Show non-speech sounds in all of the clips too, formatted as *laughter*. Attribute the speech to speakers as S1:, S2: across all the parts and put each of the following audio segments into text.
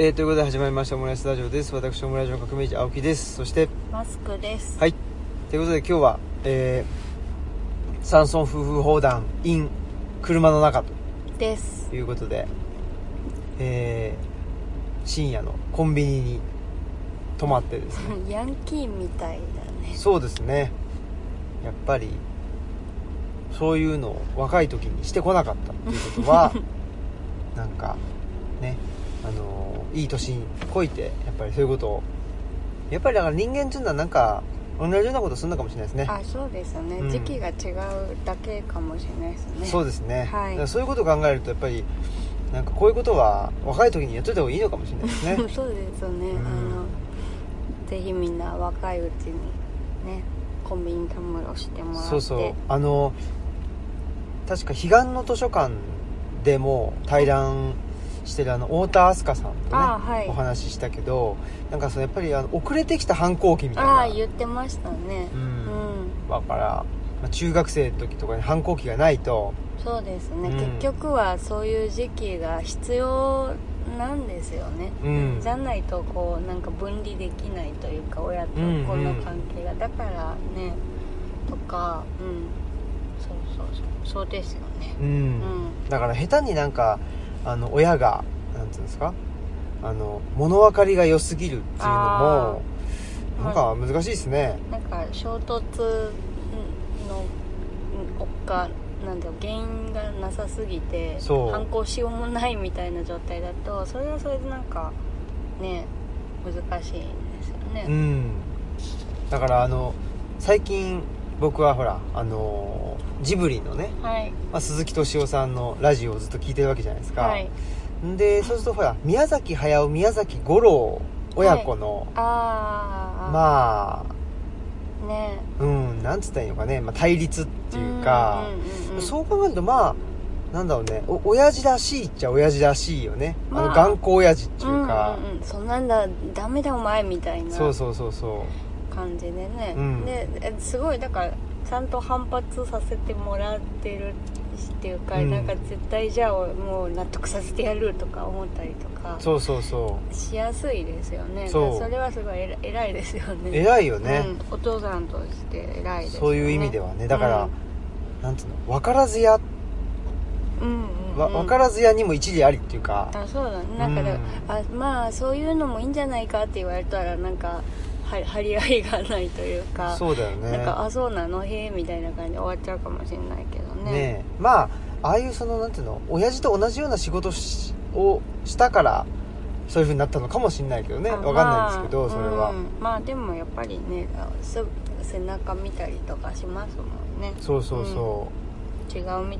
S1: えー、ということで始まりましたオムライスラジオです私オムライスの革命児青木ですそして
S2: マスクです。
S1: はいということで今日は、えー、山村夫婦砲弾 in 車の中
S2: です。 *laughs*
S1: ということで、えー、深夜のコンビニに泊まってですね
S2: ヤンキーみたいだね。
S1: そうですねやっぱりそういうのを若い時にしてこなかったっていうこと
S2: *laughs*
S1: はなんかねあのーいい年にこいてやっぱりそういうことをやっぱりだから人間っていうのはなんか同じようなことするのかもしれないですね
S2: あ、そうですね、
S1: うん
S2: 時期が違うだけかもしれないですね。
S1: そう
S2: で
S1: ですね、
S2: はい
S1: だからそういうことを考えるとやっぱりなんかこういうことは若い時にやっといた方がいいのかもしれないです
S2: *laughs*
S1: ね
S2: *laughs* そうですよね。
S1: うん
S2: あのぜひみんな若いうちにね、コンビニたむろしてもらって。
S1: そうそうあの確か彼岸の図書館でも対談してるあの太田明日香さんとね、
S2: あーはい
S1: お話ししたけどなんかそのやっぱりあの遅れてきた反抗期みたいな
S2: ああ言ってましたね
S1: う。ん
S2: うん、
S1: だから、まあ中学生の時とかに反抗期がないと
S2: そうですね、
S1: うん
S2: 結局はそういう時期が必要なんですよね。
S1: うん
S2: じゃないとこうなんか分離できないというか親と
S1: う
S2: 子
S1: んうん
S2: の関係が、だからねとかうんそうそうそうそうですよね
S1: う
S2: うん
S1: ん、だから下手になんかあの親がなんていうんですかあの物分かりが良すぎるっていうの
S2: あ
S1: もなんか難しいですね、
S2: なんか衝突のおかなんだろう原因がなさすぎて
S1: そう
S2: 反抗しようもないみたいな状態だとそれはそれでなんかね難しいんですよね、
S1: うんだからあの最近僕はほらあのジブリのね、
S2: はい
S1: まあ、鈴木敏夫さんのラジオをずっと聞いてるわけじゃないですか、
S2: はい
S1: でそうするとほら宮崎駿宮崎五郎親子の、
S2: ああ、
S1: まあ
S2: ね
S1: うんなんつったらいいのかね、まあ、対立っていうか、
S2: んうんうんうん
S1: そう考えるとまあなんだろうねお親父らしいっちゃ親父らしいよね、
S2: まあ
S1: あの頑固親父っていうか、
S2: んうんうん、そんなんだダメだお前みたいな
S1: そうそうそうそ
S2: 感じでね、
S1: うん
S2: でえすごいだからちゃんと反発させてもらってるっていうか、
S1: うん
S2: なんか絶対じゃあもう納得させてやるとか思ったりとか
S1: うそうそうそ
S2: しやすいですよね
S1: そう
S2: だかられはすごいえら偉いですよ
S1: う
S2: ね
S1: 偉いよね、
S2: うん、お父さんとして偉いですよね
S1: そういう意味ではねだから、
S2: うん
S1: なんつうの分からずや、
S2: うんうん
S1: わ分からずやにも一理ありっていうか、
S2: あそうだねなんかだから、あまあそういうのもいいんじゃないかって言われたらなんかは張り合いがないというか
S1: そうだよね
S2: なんかあそうなのへえみたいな感じで終わっちゃうかもしれないけどね
S1: ねえまあああいうそのなんていうの親父と同じような仕事しをしたからそういう風になったのかもしれないけどね
S2: あ
S1: 分かんないですけど、
S2: まあ
S1: それは、
S2: うんまあでもやっぱりねあす背中見たりとかしますもんね
S1: そうそうそ
S2: 違う道に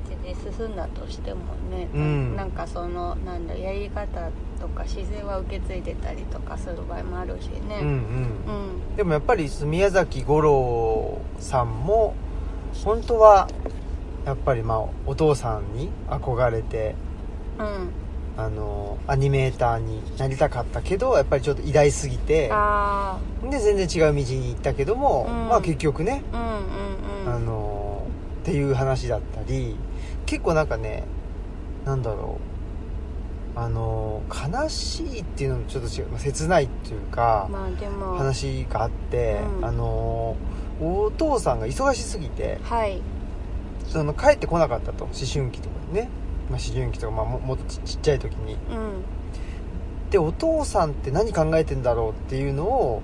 S2: 進んだとしてもね、
S1: うん
S2: なんかそのなんだやり方とか姿勢は受け継いでたりとかする場合もあるし
S1: う、うん
S2: ね
S1: うん
S2: うん、
S1: でもやっぱりその宮崎五郎さんも本当はやっぱりまあお父さんに憧れて
S2: うん
S1: あのアニメーターになりたかったけどやっぱりちょっと偉大すぎて
S2: あ
S1: で全然違う道に行ったけども、
S2: うん
S1: まあ結局ね、
S2: あうんうんうん
S1: あのっていう話だったり結構なんかねなんだろうあの悲しいっていうのもちょっと違う、まあ切ないっていうか、
S2: まあでも
S1: 話があって、
S2: うん
S1: あのお父さんが忙しすぎて
S2: はい
S1: その帰ってこなかったと思春期とかにね、まあ、思春期とか、まあ、ももっとちちっちゃい時に
S2: うん
S1: でお父さんって何考えてんだろうっていうのを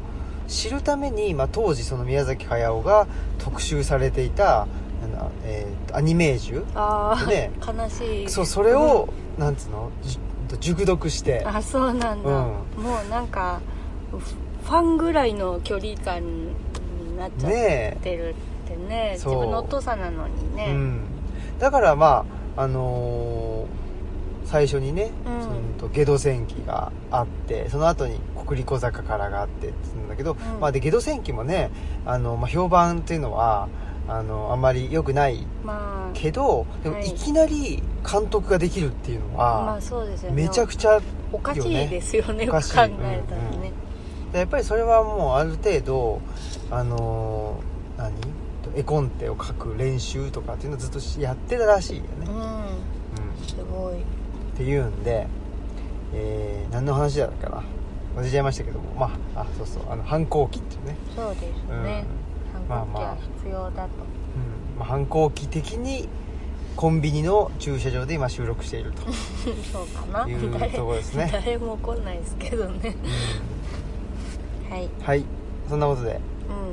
S1: 知るために、まあ、当時その宮崎駿が特集されていたあの、えーとアニメージュ
S2: ああ、
S1: ね
S2: 悲しい
S1: そうそれを、なんつうのじ熟読して
S2: あそうなんだ、
S1: うん
S2: もうなんかフファンぐらいの距離感になっちゃっ
S1: ね
S2: てるってね自
S1: そう
S2: 分のお父さんなのに
S1: え、う
S2: ね、
S1: ん、だからまああのー最初にね、
S2: うん
S1: そのとゲド戦記があってその後に国立小坂からがあってって言うんだけど、
S2: うん
S1: まあ、でゲド戦記もねあの、まあ、評判っていうのはあのあんまり良くない
S2: まあ
S1: けどでも
S2: はい
S1: いきなり監督ができるっていうの
S2: ま
S1: は
S2: あそうですよね
S1: めちゃくちゃ
S2: おかしいですよね
S1: お
S2: よ
S1: か
S2: く
S1: しい
S2: 考えたらね、
S1: やっぱりそれはもうある程度あのー何絵コンテを書く練習とかっていうのをずっとしやってたらしいよね
S2: う、ん
S1: うん、
S2: すごい
S1: っていうんでえー何の話だったかな忘れちゃいましたけどもまああそうそうあの反抗期っていうね、
S2: そうです
S1: うん
S2: ね、
S1: まあ
S2: 反抗
S1: ま
S2: 期
S1: あ
S2: は必要だ
S1: う
S2: と、
S1: んまあ、反抗期的にコンビニの駐車場で今収録してい
S2: *laughs*
S1: ると
S2: そうかな
S1: いう
S2: 誰
S1: ところですね
S2: *laughs* 誰も来ないですけどねはい
S1: はいそんなことで、
S2: う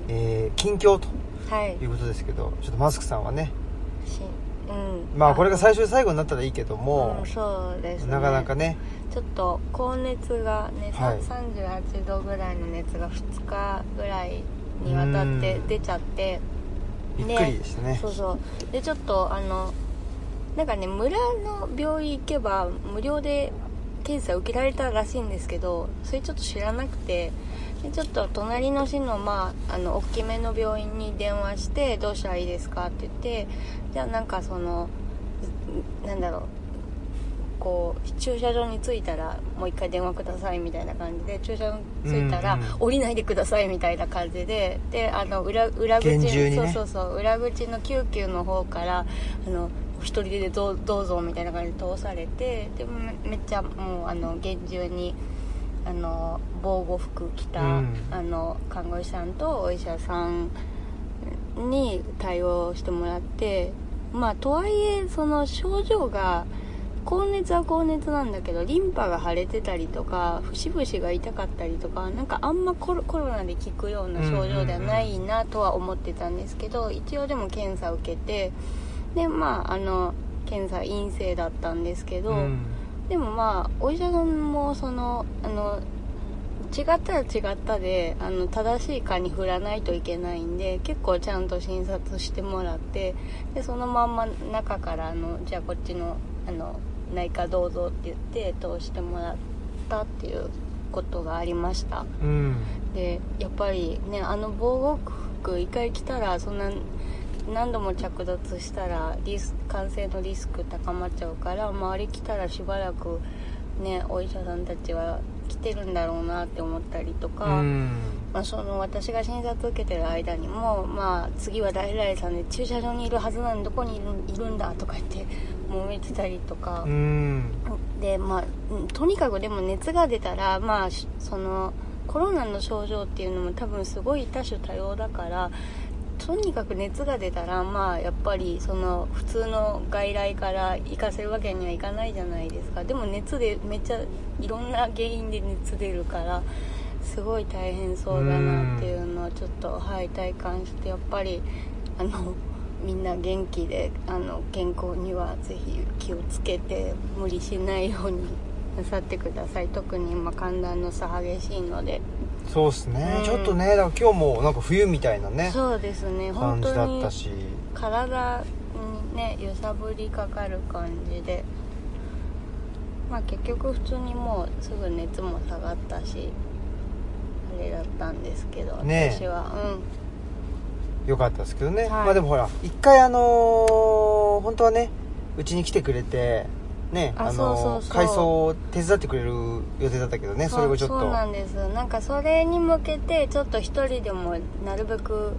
S1: えー近況と
S2: んはい
S1: いうことですけどちょっとマスクさんはね
S2: しうん
S1: まあこれが最
S2: 初
S1: 初で最後になったらいいけども
S2: うん、、そうですね
S1: なかなかね
S2: ちょっと高熱がね、
S1: はい
S2: 38度ぐらいの熱が2日ぐらいにわたって
S1: うん
S2: 出ちゃって
S1: びっくりでしたね
S2: そうそうでちょっとあのなんかね村の病院行けば無料で検査受けられたらしいんですけどそれちょっと知らなくてでちょっと隣の市の,、まあ、あの大きめの病院に電話してどうしたらいいですかって言ってじゃあなんかそのうなんだろうこう駐車場に着いたらもう一回電話くださいみたいな感じで駐車場に着いたら
S1: うんうん
S2: 降りないでくださいみたいな感じでであの裏裏口
S1: 厳重にね
S2: そうそうそう裏口の救急の方からあのお一人でどうどうぞみたいな感じで通されてでめめっちゃもうあの厳重にあの防護服着た、
S1: うん
S2: あの看護師さんとお医者さんに対応してもらってまあとはいえその症状が高熱は高熱なんだけどリンパが腫れてたりとか節々が痛かったりとかなんかあんまコロコロナで効くような症状ではないなとは思ってたんですけど、一応でも検査を受けてでまああの検査陰性だったんですけど、
S1: うん
S2: でもまあお医者さんもそのあの違ったら違ったであの正しいかに振らないといけないんで結構ちゃんと診察してもらってでそのまんま中からあのじゃあこっちのあの内科どうぞって言って通してもらったっていうことがありました
S1: うん
S2: でやっぱりねあの防護服一回着たらそんな何度も着脱したらリス感染のリスク高まっちゃうから周り来たらしばらくねお医者さんたちは来てるんだろうなって思ったりと
S1: う
S2: か、
S1: ん
S2: まあ、その私が診察受けてる間にも、まあ、次は誰々さんで駐車場にいるはずなのにどこにいるいるんだとか言って揉めてたりとか。
S1: うん
S2: でまあうんとにかくでも熱が出たらまあしそのコロナの症状っていうのも多分すごい多種多様だからとにかく熱が出たらまあやっぱりその普通の外来から行かせるわけにはいかないじゃないですかでも熱でめっちゃいろんな原因で熱出るからすごい大変そうだなっていうのをちょっとはい体感してやっぱりあのみんな元気であの健康にはぜひ気をつけて無理しないようになさってください特に今寒暖の差激しいので、
S1: そうっすね、
S2: うん
S1: ちょっとねだから今日もなんか冬みたいなね
S2: そうですね本
S1: 感じ
S2: 当
S1: だっ
S2: に
S1: たし
S2: 体にね揺さぶりかかる感じでまあ結局普通にもうすぐ熱も下がったしあれだったんですけど、
S1: ねえ
S2: 私は
S1: 良かったですけどね、
S2: はい
S1: まあでもほら一回あのー本当はねうちに来てくれてねの
S2: あ
S1: ー
S2: そうそうそう
S1: 改装を手伝ってくれる予定だったけど
S2: う
S1: ね
S2: ん
S1: それをちょっ
S2: そう
S1: と
S2: なんですなんかそれに向けてちょっと一人でもなるべく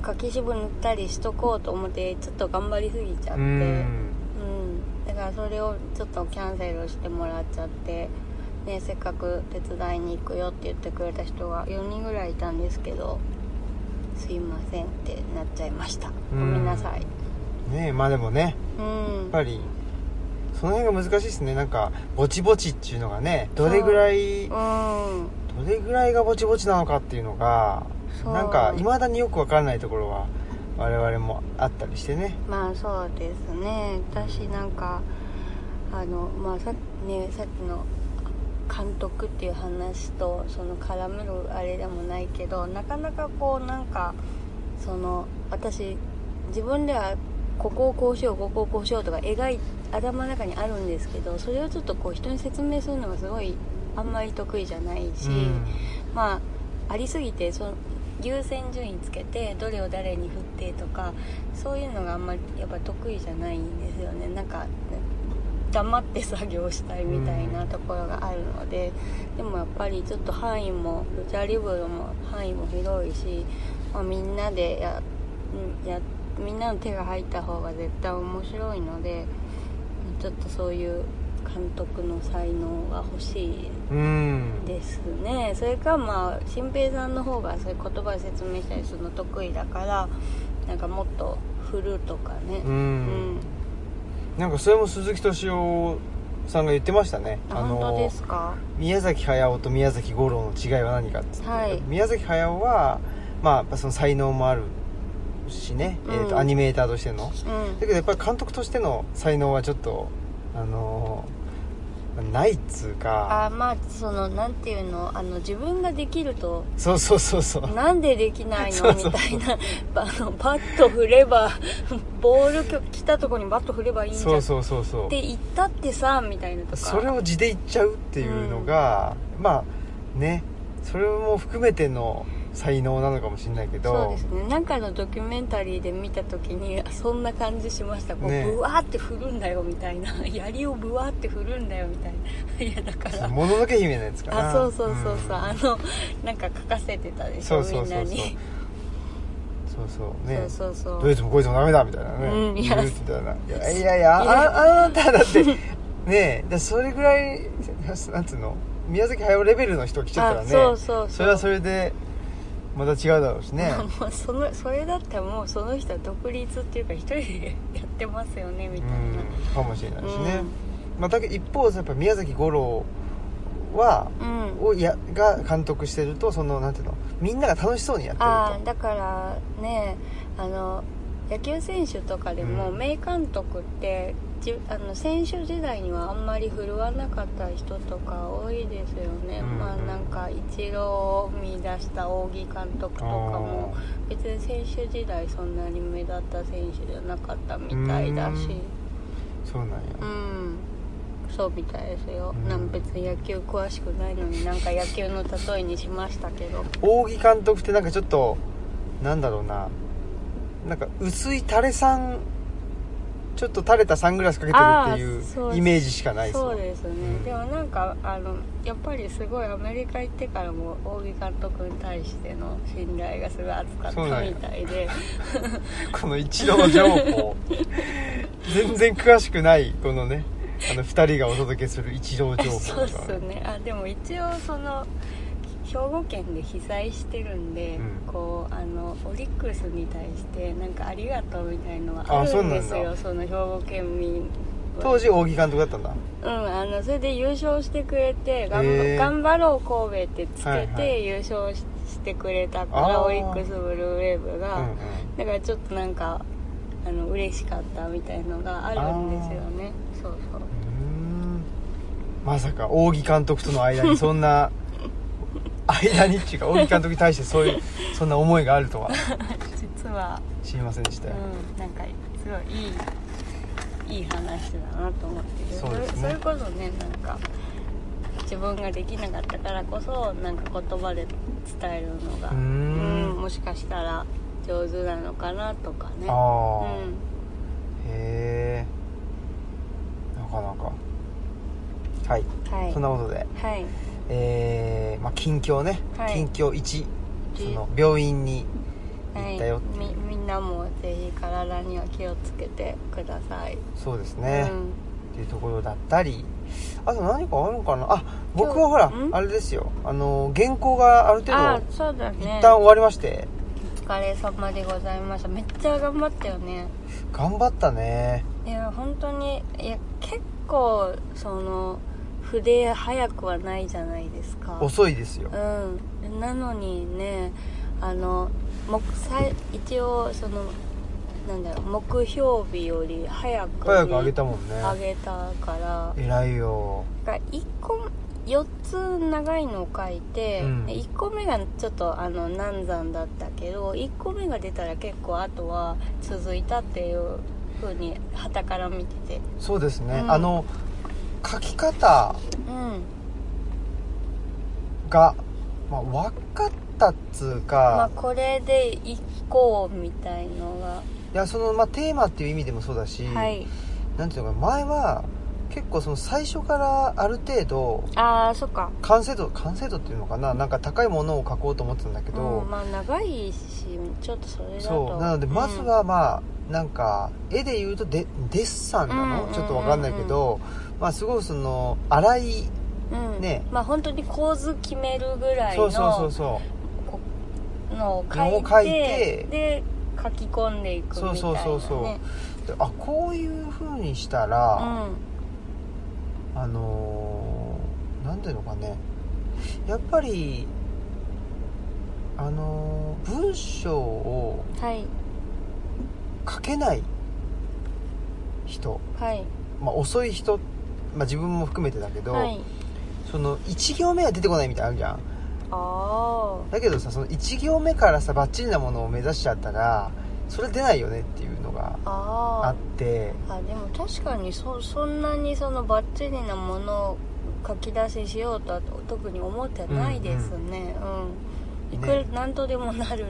S2: 柿渋塗ったりしとこうと思ってちょっと頑張りすぎちゃっ
S1: う
S2: て
S1: ん
S2: うん、だからそれをちょっとキャンセルしてもらっちゃって、ね、せっかく手伝いに行くよって言ってくれた人が4人ぐらいいたんですけどすいませんってなっちゃいましたごめんなさい
S1: ねまあでもね
S2: うん
S1: やっぱりその辺が難しいですねなんかぼちぼちっていうのがねどれぐらいど
S2: うん
S1: れぐらいがぼちぼちなのかっていうのが
S2: そう
S1: なんか未だによくわからないところは我々もあったりしてね
S2: まあそうですね私なんかあのまあさ,、ね、さっきの監督っていう話とその絡めるあれでもないけどなかなかこうなんかその私自分ではここをこうしようここをこうしようとか描い頭の中にあるんですけどそれをちょっとこう人に説明するのがすごいあんまり得意じゃないし、まあありすぎてその優先順位つけてどれを誰に振ってとかそういうのがあんまりやっぱ得意じゃないんですよねなんかね黙って作業したいみたいなところがあるので、でもやっぱりちょっと範囲もルチャリブロも範囲も広いし、まあ、みんなでやうんやみんなの手が入った方が絶対面白いのでちょっとそういう監督の才能が欲しい
S1: うん
S2: ですねそれかまあ新平さんの方がそういう言葉で説明したりするの得意だからなんかもっと振るとかね
S1: うん
S2: うん
S1: なんかそれも鈴木敏夫さんが言ってましたね
S2: あ本当ですか
S1: 宮崎駿と宮崎吾郎の違いは何かっつって、
S2: はい
S1: 宮崎駿はまあやっぱその才能もあるしね、えー
S2: う
S1: と
S2: ん
S1: アニメーターとしての
S2: うん
S1: だけどやっぱり監督としての才能はちょっとあのーないっつうか
S2: あまあそのなんていうのあの自分ができると
S1: そうそうそうそう
S2: なんでできない
S1: そ
S2: の
S1: う
S2: み
S1: そう
S2: たいな *laughs* ばあのバット振ればボールきょ来たとこにバット振ればいいんじゃん
S1: そうそうそうそう
S2: って言ったってさみたいなとか
S1: それを地で言っちゃうっていうのが、まあねそれも含めての才能なのかもしれないけど
S2: そうですねなんかのドキュメンタリーで見た時にあそんな感じしましたこう、
S1: ねえ
S2: ブワーって振るんだよみたいな *laughs* 槍をブワーって振るんだよみたいない *laughs* やだから
S1: もののけ姫のやつかな
S2: あそうそうそうそう、
S1: ん
S2: あのなんか書かせてたでし
S1: そ
S2: ょ
S1: うそうそうそう
S2: みんなに
S1: そうそうね
S2: そうそう
S1: ど
S2: そう
S1: いつもこいつもダメだみたいなね、
S2: うんいや
S1: 言うてたよないやいやいやあああなただ
S2: *laughs*
S1: ってねえだそれぐらいなんつうの宮崎駿レベルの人来ちゃったらね
S2: あそうそうそう
S1: それはそれでまた違うだろうし
S2: *laughs*
S1: ね
S2: もうそのそれだったらもうその人は独立っていうか一人でやってますよねみ
S1: う
S2: たいな、
S1: んかもしれないしね、
S2: うん
S1: まあ、だけど一方やっぱ宮崎吾郎は
S2: うん
S1: をやが監督してるとそのなんていうのみんなが楽しそうにやって
S2: ああ
S1: ると
S2: だからねあの野球選手とかでも、
S1: うん
S2: 名監督ってじあの選手時代にはあんまり振るわなかった人とか多いですよね、
S1: うん
S2: まあなんかイチローを見出した扇監督とかも別に選手時代そんなに目立った選手じゃなかったみたいだし
S1: そうなんや、
S2: うん、そうみたいですよ、
S1: うん
S2: なん別に野球詳しくないのになんか野球の例えにしましたけど
S1: 扇監督ってなんかちょっとなんだろうななんか薄い垂れさんちょっと垂れたサングラスかけてる
S2: あー
S1: って
S2: そ
S1: いううイメージしかないです
S2: そ
S1: わ
S2: うですね、
S1: うん
S2: でもなんかあのやっぱりすごいアメリカ行ってからも扇監督に対しての信頼がすごい厚かっ
S1: そうな
S2: た
S1: んや
S2: みたいで
S1: この一度の情報全然詳しくないこのねあの2人がお届けする一郎情報
S2: *laughs* そうっ
S1: とか
S2: すねあでも一応その兵庫県で被災してるんで、
S1: うん
S2: こうあのオリックスに対してなんかありがとうみたいのは
S1: あ
S2: あ
S1: そ
S2: る
S1: うんな
S2: で
S1: んだ
S2: すよその兵庫県民は
S1: 当時扇監督だったんだ
S2: うん、あのそれで優勝してくれて「頑
S1: へ
S2: 張
S1: ー
S2: 頑張ろう神戸」ってつ
S1: はい
S2: け
S1: は
S2: て
S1: い
S2: 優勝し,、てくれたか
S1: あ
S2: ら
S1: ー
S2: オリックスブルーウェーブが、
S1: うんうん
S2: だからちょっとなんかあの嬉しかったみたいのがあるんですよねそうそう
S1: うーんまさか扇監督との間にそん
S2: *laughs*
S1: な間にっていうか扇監督に対してそういうそんな思いがあるとは
S2: 実は、
S1: 知りませんでしたよ、
S2: うん、なんかすごいいいいい話だなと思って
S1: そうですね
S2: それそれこそねなんか自分ができなかったからこそなんか言葉で伝えるのが
S1: うーん
S2: うんもしかしたら上手なのかなとかね
S1: ああ、
S2: うん
S1: へえなかなかはい、
S2: はい
S1: そんなことで
S2: はい
S1: えーまあ、近況ね、
S2: はい
S1: 近況1
S2: 一
S1: その病院に行ったよ
S2: は
S1: っ
S2: い
S1: ていう、
S2: みみんなもぜひ体には気をつけてください
S1: そうですね、
S2: うん
S1: っていうところだったりあと何かあるのかなあ僕はほら
S2: 今日ん
S1: あれですよあの原稿がある程
S2: あ
S1: 度
S2: そうだ
S1: 一
S2: ね
S1: 旦終わりまして、
S2: お疲れ様でございましためっちゃ頑張ったよね
S1: 頑張ったね
S2: いや本当にいや結構その筆早くはないじゃないですか
S1: 遅いですよ
S2: うん、なのにねあの目最一応そのなんだろう目標日より早く
S1: 早く上げたもんね
S2: あげたから
S1: 偉いよ
S2: が1個4つ長いのを書いて、
S1: うん
S2: で1個目がちょっとあの難産だったけど1個目が出たら結構あとは続いたっていう風に旗から見てて
S1: そうですね、
S2: うん
S1: あの書き方
S2: うん
S1: が、まあ、分かったっつう
S2: まあ
S1: か、
S2: これで1個みたいのが、
S1: いやその、まあ、テーマっていう意味でもそうだし、
S2: はい
S1: なんていうのかな前は結構その最初からある程度
S2: ああそっか
S1: 完成度完成度っていうのかななんか高いものを書こうと思ってたんだけど、
S2: うん、まあ長いしちょっとそれだと
S1: そうなのでまずはまあ、なんか絵で言うとデデッサンなの、
S2: うん
S1: ちょっとわかんないけど、まあすごいその粗い
S2: うん
S1: ね
S2: まあ本当に構図決めるぐらい
S1: そうそうそうそ
S2: のこのを
S1: の
S2: 書
S1: を
S2: い
S1: 書いて
S2: てで書き込んでいくみたいな、ね、
S1: そうそうそうそううであこういう風にした
S2: う
S1: ら、
S2: ん
S1: あのーなんていうのかねやっぱりあのー文章を
S2: はい
S1: 書けない人、
S2: はい
S1: まあ、遅い人、まあ、自分も含めてだけど、
S2: はい
S1: その1行目は出てこないみたいなのあるじゃん
S2: あ
S1: だけどさその1行目からさバッチリなものを目指しちゃったらそれ出ないよねっていうのが
S2: ああ
S1: あ
S2: あ
S1: って
S2: あでも確かにそそんなにそのバッチリなものを書き出ししようとは特に思ってないですねうん、いくら
S1: ね
S2: 何とでもなる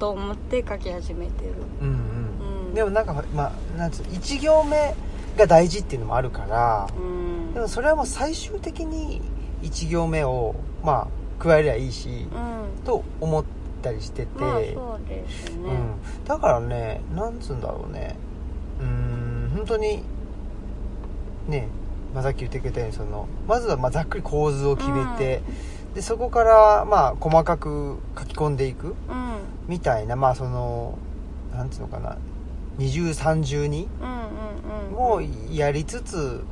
S2: と思って書き始めてる
S1: うん
S2: う
S1: うん、
S2: ん
S1: でもなんかまあなんつう1行目が大事っていうのもあるから
S2: うん
S1: でもそれはもう最終的に1行目をまあ加えりゃいいし
S2: うん
S1: と思ったりしてて、
S2: まあそうですね、
S1: うん、だからねなんつうんだろうねうーん本当にね、まあ、さっき言ってくれたようにそのまずはまあざっくり構図を決めて、でそこからまあ細かく書き込んでいく
S2: うんうん
S1: みたいなまあそのなんつうのかな二重三重に
S2: うんうん
S1: もやりつつ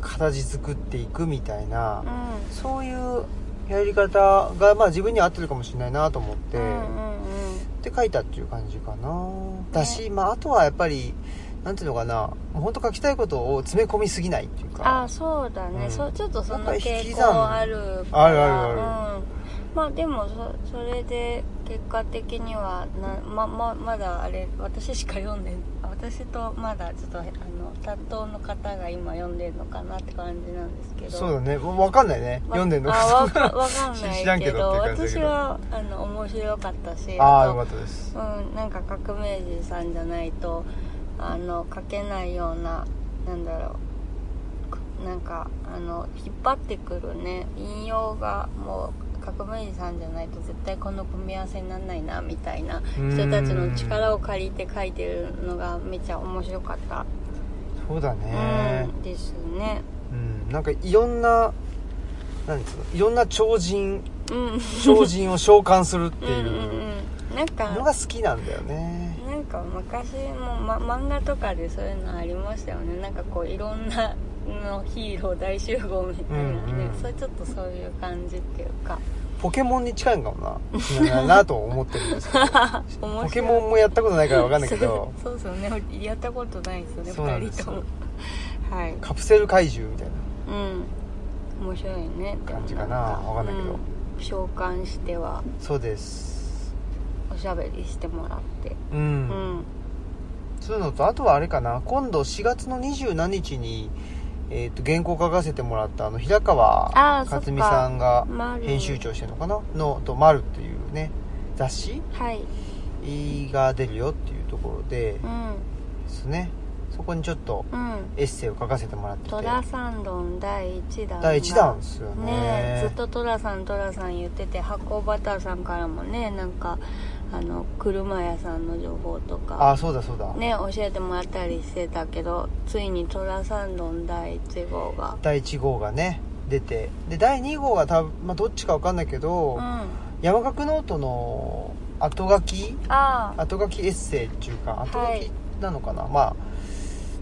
S1: 形作っていくみたいな
S2: う、ん
S1: そういうやり方がまあ自分には合ってるかもしれないなと思って。
S2: うんうん
S1: って書いたっていう感じかな、だし、まあ、あとはやっぱりなんていうのかなもう本当書きたいことを詰め込みすぎないっていう
S2: あ
S1: か
S2: そうだね、
S1: うん
S2: そちょっとその
S1: なんか引き
S2: 傾
S1: 算
S2: 向あるから
S1: あるあるあ
S2: うん、まあでもそそれで結果的にはなまままだあれ私しか読んで私とまだちょっとあの担当の方が今読んでるのかなって感じなんですけど
S1: そうだねもう分かんないね、
S2: わ
S1: 読んでんの
S2: あ
S1: か
S2: わかわかんな
S1: 知らん
S2: い
S1: け
S2: け
S1: ど
S2: ど
S1: って感じだ
S2: 私
S1: けど
S2: はあの面白かったし
S1: あ *laughs* あ
S2: と
S1: よかったです
S2: うん、なんか革命児さんじゃないとあの書けないようななんだろうなんかあの引っ張ってくるね引用がもう革命児さんじゃないと絶対この組み合わせにならないなみたいな人たちの力を借りて書いてるのがめちゃ面白かった、
S1: そうだね
S2: うん、ですね
S1: うん、なんかいろんななんつうのいろんな超人
S2: うん
S1: 超人を召喚するって
S2: うんう
S1: いうん
S2: うんなんか
S1: のが好きなんだよね
S2: なんか昔も、ま、漫画とかでそういうのありましたよねなんかこういろんなのヒーロー大集合みたいなね、
S1: うんうん
S2: それちょっとそういう感じっていうか
S1: ポケモンに近いんかもなななと思ってるんですけどポ
S2: *laughs* 面
S1: ケ
S2: 白い
S1: モンもやったことないから分かんないけど
S2: そうそうですよねやったことないですよね
S1: そうなんで
S2: 2
S1: す
S2: 人と
S1: よ
S2: もはい
S1: カプセル怪獣みたいな
S2: うん面白いねでも
S1: 感じかなわかんないけど
S2: うん召喚しては
S1: そうです
S2: おしゃべりしてもらって
S1: う、
S2: うんん
S1: そういうのとあとはあれかな今度4月の27日に、えー、と原稿書かせてもらったあの平川
S2: あーそっか
S1: 克美さんが
S2: まる
S1: 編集長してるのかなのと「マルっていうね雑誌
S2: はい
S1: が出るよっていうところで
S2: う
S1: で
S2: ん
S1: すねそこにちょっと
S2: うん
S1: エッセイを書かせてもらってて
S2: トラサンドン第1弾が
S1: 第1弾ですよね
S2: ねえずっとトラさんトラさん言ってて発酵バターさんからもねなんかあの車屋さんの情報と
S1: あ
S2: か
S1: あそうだそうだ、
S2: ね教えてもらったりしてたけどついにトラサンドン第1号が
S1: 第1号がね出てで第2号が多分、まあ、どっちか分かんないけど、
S2: うんあ
S1: 山岳ノートの後書き
S2: あ
S1: 後書きエッセイっていうか後書
S2: はい
S1: きなのかな、まあ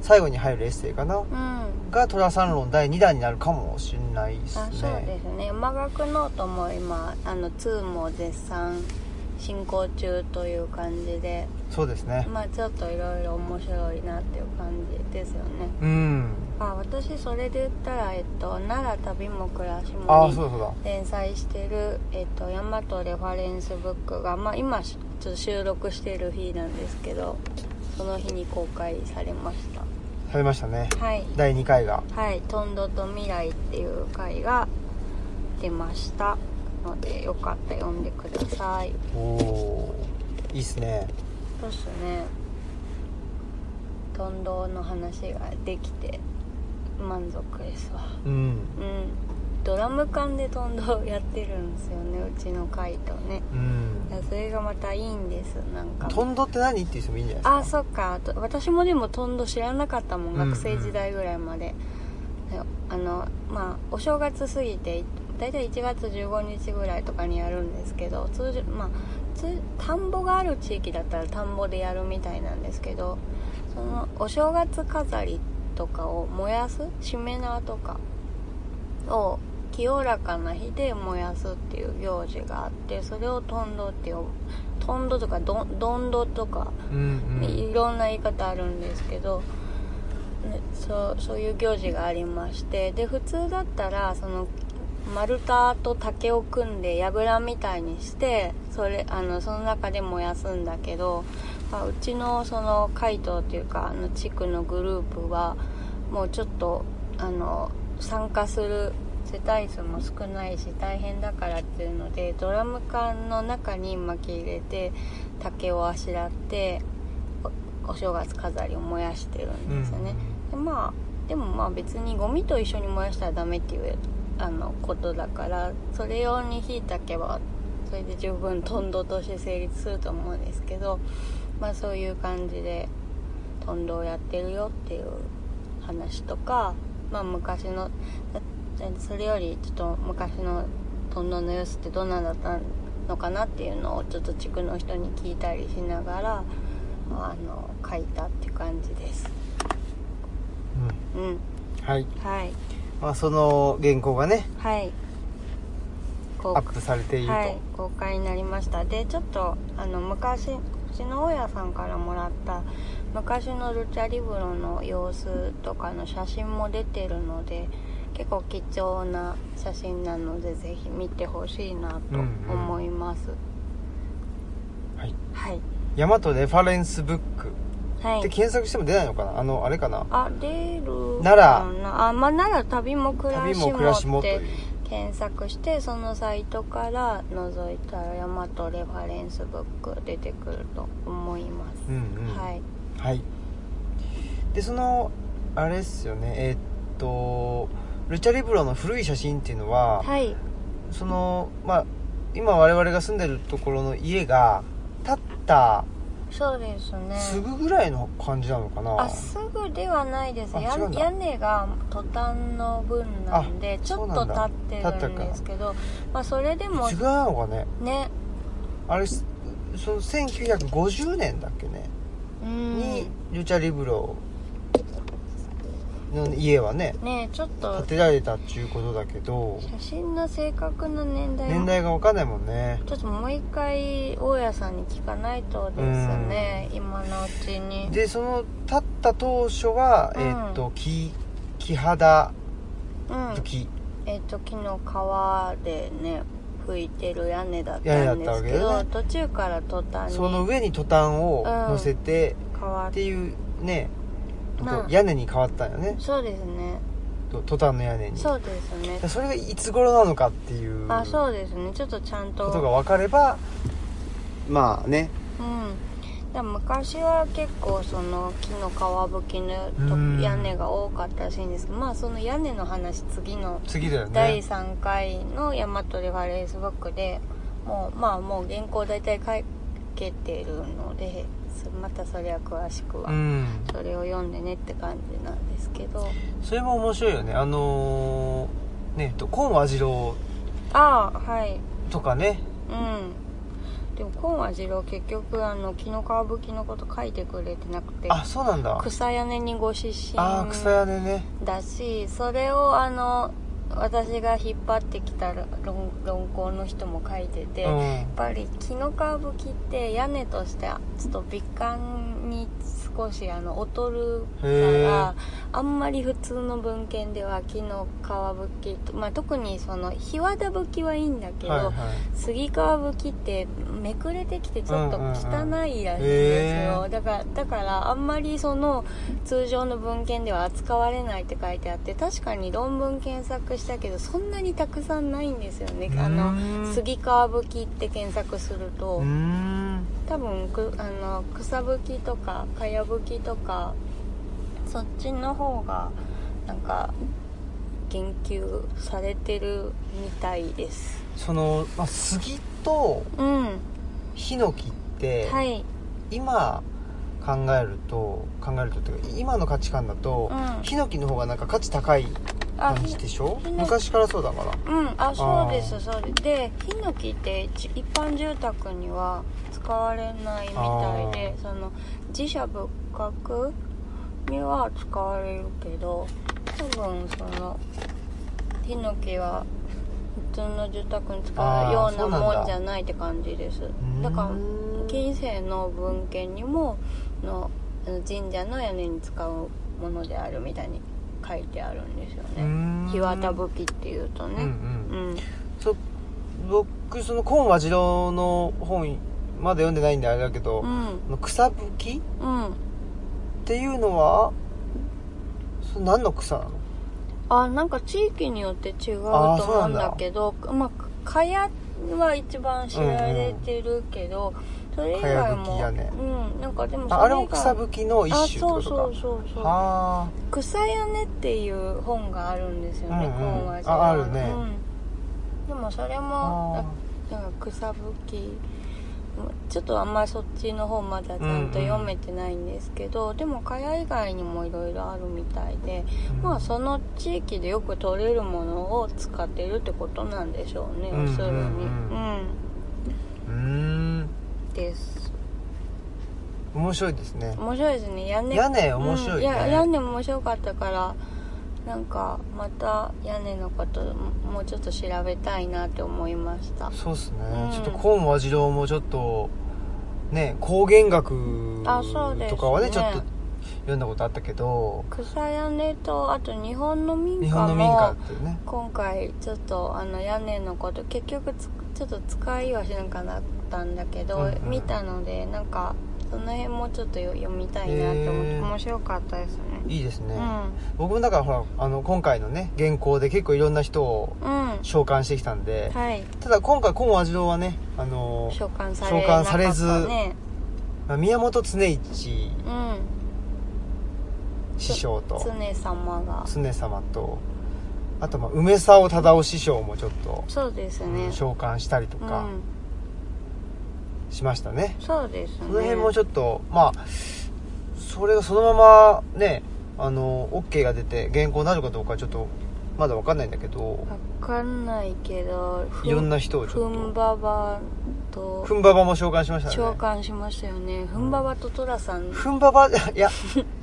S1: 最後に入るエッセイかな
S2: うん
S1: が「トラサンロン」第2弾になるかもしれないですね
S2: あそうですね山岳ノートも今あの2も絶賛進行中という感じで
S1: そうですね
S2: まあちょっといろいろ面白いなっていう感じですよね
S1: うん
S2: あ私それで言ったら、えっと、奈良旅も暮らし
S1: ああ
S2: も
S1: そう
S2: に
S1: だそうだ
S2: 連載してる「えっと、大和レファレンスブックが」まあ、今しちょっと収録してる日なんですけどその日に公開されました
S1: されましたね
S2: はい「
S1: 第2回が
S2: はい、トンドと未来」っていう回が出ましたのでよかったら読んでください
S1: おおーいいっすね
S2: そうっすねトンドの話ができて満足ですわ
S1: うん
S2: うんドラム缶でトンドをやってるんですよねうちの回とね
S1: うん
S2: いやそれがまたいいんですなんか
S1: トンドって何っていう人もいいんじゃない
S2: あ
S1: ですか
S2: そっかと私もでもトンド知らなかったもん
S1: うんうん
S2: 学生時代ぐらいまで、であのまあお正月過ぎて大体1月15日ぐらいとかにやるんですけど通常まあつ田んぼがある地域だったら田んぼでやるみたいなんですけどそのお正月飾りとかを燃やすしめ縄とかを清らかな火で燃やすっていう行事があってそれをトンドって呼ぶトンドとかどんどんどとか
S1: うんうん
S2: いろんな言い方あるんですけど、ねそうそういう行事がありましてで普通だったらその丸太と竹を組んで櫓みたいにしてそれあのその中で燃やすんだけど、まあうちのその海東というかあの地区のグループはもうちょっとあの参加する世帯数も少ないし大変だからっていうのでドラム缶の中に巻き入れて竹をあしらっておお正月飾りを燃やしてるんですよね、でまあでもまあ別にゴミと一緒に燃やしたらダメっていうあのことだからそれ用に火だけはそれで十分トンドとして成立すると思うんですけどまあそういう感じでトンドをやってるよっていう話とかまあ昔のだそれよりちょっと昔のトンドの様子ってどんなんだったのかなっていうのをちょっと地区の人に聞いたりしながらあの書いたって感じです
S1: うん
S2: うん
S1: はい
S2: はい
S1: まあその原稿がね
S2: はい公
S1: アップされていると、
S2: はい公開になりましたでちょっとあの昔うちの大家さんからもらった昔のルチャリブロの様子とかの写真も出てるので結構貴重な写真なのでぜひ見てほしいなと思います、
S1: はい
S2: はい
S1: ヤマトレファレンスブック
S2: は
S1: って
S2: い
S1: 検索しても出ないのかなあのあれかな
S2: あ出る
S1: なら
S2: かなあまあ奈良旅も暮ら
S1: 旅
S2: し
S1: も暮らし
S2: も
S1: も
S2: っ
S1: と
S2: て
S1: いう
S2: 検索してそのサイトから覗いたらヤマトレファレンスブック出てくると思います、
S1: うんうん
S2: はい
S1: はいでそのあれっすよねえーっとルチャリブロの古い写真っていうのは、
S2: はい
S1: そのまあ今我々が住んでるところの家が建った
S2: そうですね
S1: すぐぐらいの感じなのかな、
S2: あすぐではないです
S1: あ
S2: や
S1: 違うんだ
S2: 屋根がトタンの分なんで
S1: あ
S2: ちょっ
S1: そ
S2: と
S1: うなん
S2: 立
S1: だ
S2: ってるんですけどまあそれでも
S1: 違うのかね
S2: ね
S1: あれすその1950年だっけね、
S2: うん
S1: にルチャリブロの家はね
S2: ねちょっと
S1: 建てられたっちゅうことだけど
S2: 写真の正確な年代
S1: 年代が分かんないもんね
S2: ちょっともう一回大家さんに聞かないとですね今のうちに
S1: でその建った当初は、
S2: うん
S1: えーっと木木肌
S2: うん
S1: と木、
S2: えっと木の皮でね吹いてる屋根だったんですけ
S1: 屋根だった
S2: ど
S1: わけ
S2: 途中からトタンに
S1: その上にトタンを乗せて、
S2: 変わっ
S1: っていうね、
S2: まあ
S1: 屋根に変わったんよね
S2: そうですね
S1: トトタンの屋根に
S2: そうですね
S1: でそれがいつ頃なのかっていう
S2: あ
S1: こ
S2: そうですねちょっとちゃん
S1: とが
S2: と
S1: 分かればまあね
S2: うんでも昔は結構その木の皮吹きのと
S1: うん
S2: 屋根が多かったらしいんですけどまあその屋根の話次の
S1: 次だよね
S2: 第3回のヤマトレファレンスブックでもうまあもう原稿大体書けてるのでまたそれは詳しくは、
S1: うん
S2: それを読んでねって感じなんですけど
S1: それも面白いよねあのー、ねとコン和次郎
S2: ああはい
S1: とかね
S2: うんでも今和次郎結局あの木の皮ぶきのこと書いてくれてなくて
S1: あそうなんだ
S2: 草屋根にご出身
S1: ああ草屋根ね
S2: だしそれをあの私が引っ張ってきた論論考の人も書いてて、やっ
S1: う
S2: ぱり木の皮ぶきって屋根としてちょっと美観に少しあの劣る
S1: へ
S2: か
S1: ー
S2: らあんまり普通の文献では木の皮ぶきと、まあ、特にその日和田ぶきはいいんだけ
S1: ん
S2: ど、
S1: はいはい
S2: 杉皮ぶきってめくれてきてちょっと汚いらしいんです
S1: うんうん
S2: よ、
S1: うんへー
S2: だからだからあんまりその通常の文献では扱われないって書いてあって確かに論文検索したけどそんなにたくさんないんですよねあ
S1: う
S2: の
S1: ん
S2: 杉皮ぶきって検索すると、
S1: うーん
S2: 多分くあの草吹きとかかや吹きとかそっちの方がなんか言及されてるみたいです
S1: その、まあ、杉と
S2: うん
S1: ヒノキって、
S2: はい
S1: 今考えると考えるとっていうか今の価値観だと、
S2: うん
S1: ヒノキの方がなんか価値高い
S2: あ
S1: 感じでしょ
S2: ヒノキ
S1: 昔からそうだから
S2: うんあそう
S1: あ
S2: で
S1: ー
S2: すそうですでヒノキって一一般住宅には使われないみたいでその自社仏閣には使われるけど多分そのヒノキは普通の住宅に使うよ
S1: あーそううな
S2: な
S1: んだ
S2: もんじゃないって感じです
S1: ん
S2: だから近世の文献にものあの神社の屋根に使うものであるみたいに書いてあるんですよ
S1: うー
S2: ね
S1: ん
S2: 日綿武器っていうとね、
S1: うんうん
S2: うん、
S1: そ僕そのコーン和次郎の本まだ読んでないんであれだけど、
S2: うん
S1: あの草吹きっ
S2: うん
S1: ていうのはそれ何の草なの
S2: あなんか地域によって違うと
S1: あーそう
S2: 思
S1: な
S2: うんん
S1: だ
S2: だけどまあかやは一番知られてるけど、それ以外も
S1: かやぶき屋根
S2: うんなんかでもそれ以外
S1: ああれも草吹きの一種ってことか
S2: あそうそうそうそう
S1: あ
S2: 草屋根っていう本があるんですよね、
S1: うんうん
S2: 本は
S1: ああるね
S2: うん、でもそれ
S1: ーあ
S2: もなんか草吹きちょっとあんまりそっちの方まだちゃんと読めてないんですけど、でも蚊帳以外にもいろいろあるみたいで、
S1: ー
S2: まあその地域でよく取れるものを使ってるってことなんでしょうね
S1: うん
S2: 要する
S1: う
S2: に、
S1: んううーん
S2: うん、です
S1: 面白いですね
S2: 面白いですね屋根
S1: 屋根面白いね、
S2: うん、や屋根面白かったからなんかまた屋根のことももうちょっと調べたいなって思いました
S1: そうですね、
S2: うん
S1: ちょっとコーン和次郎もちょっとね光源学
S2: あそうですね
S1: とかはねちょっと読んだことあったけど
S2: 草屋根とあと日本の民
S1: 日
S2: 家
S1: 本の民家
S2: も
S1: っていうね
S2: 今回ちょっとあの屋根のこと結局つちょっと使いはしなかったんだけど、
S1: うんうん
S2: 見たのでなんかその辺もちょっとよ読みたいなって思っ
S1: へー
S2: て面白かったですね
S1: いいですね、
S2: うん
S1: 僕もだからほらあの今回のね原稿で結構いろんな人を
S2: うん
S1: 召喚してきたんで、
S2: はい
S1: ただ今回コーン和次郎はねあの、
S2: 召喚され
S1: 召喚
S2: なか
S1: さ
S2: った
S1: れず
S2: ね
S1: まあ宮本常一
S2: うん
S1: 師匠と
S2: 常様が
S1: 常様とあとまあ梅沢忠夫師匠もちょっと、
S2: そうです
S1: う
S2: ね
S1: ん召喚したりと
S2: う
S1: か
S2: ん
S1: しましたね、
S2: そうですね
S1: その辺もちょっと、まあ、それがそのままね、あの、OK が出て、原稿になるかどうかはちょっと、まだわかんないんだけど、
S2: 分かんないけどふ
S1: いろんな人をち
S2: ふ
S1: ょ
S2: ん
S1: っと、
S2: ばばと
S1: ふんばばも召喚しました
S2: 召
S1: ね。
S2: 喚しましたよねふんばばとトラさん
S1: ふんばば、 *laughs* いや、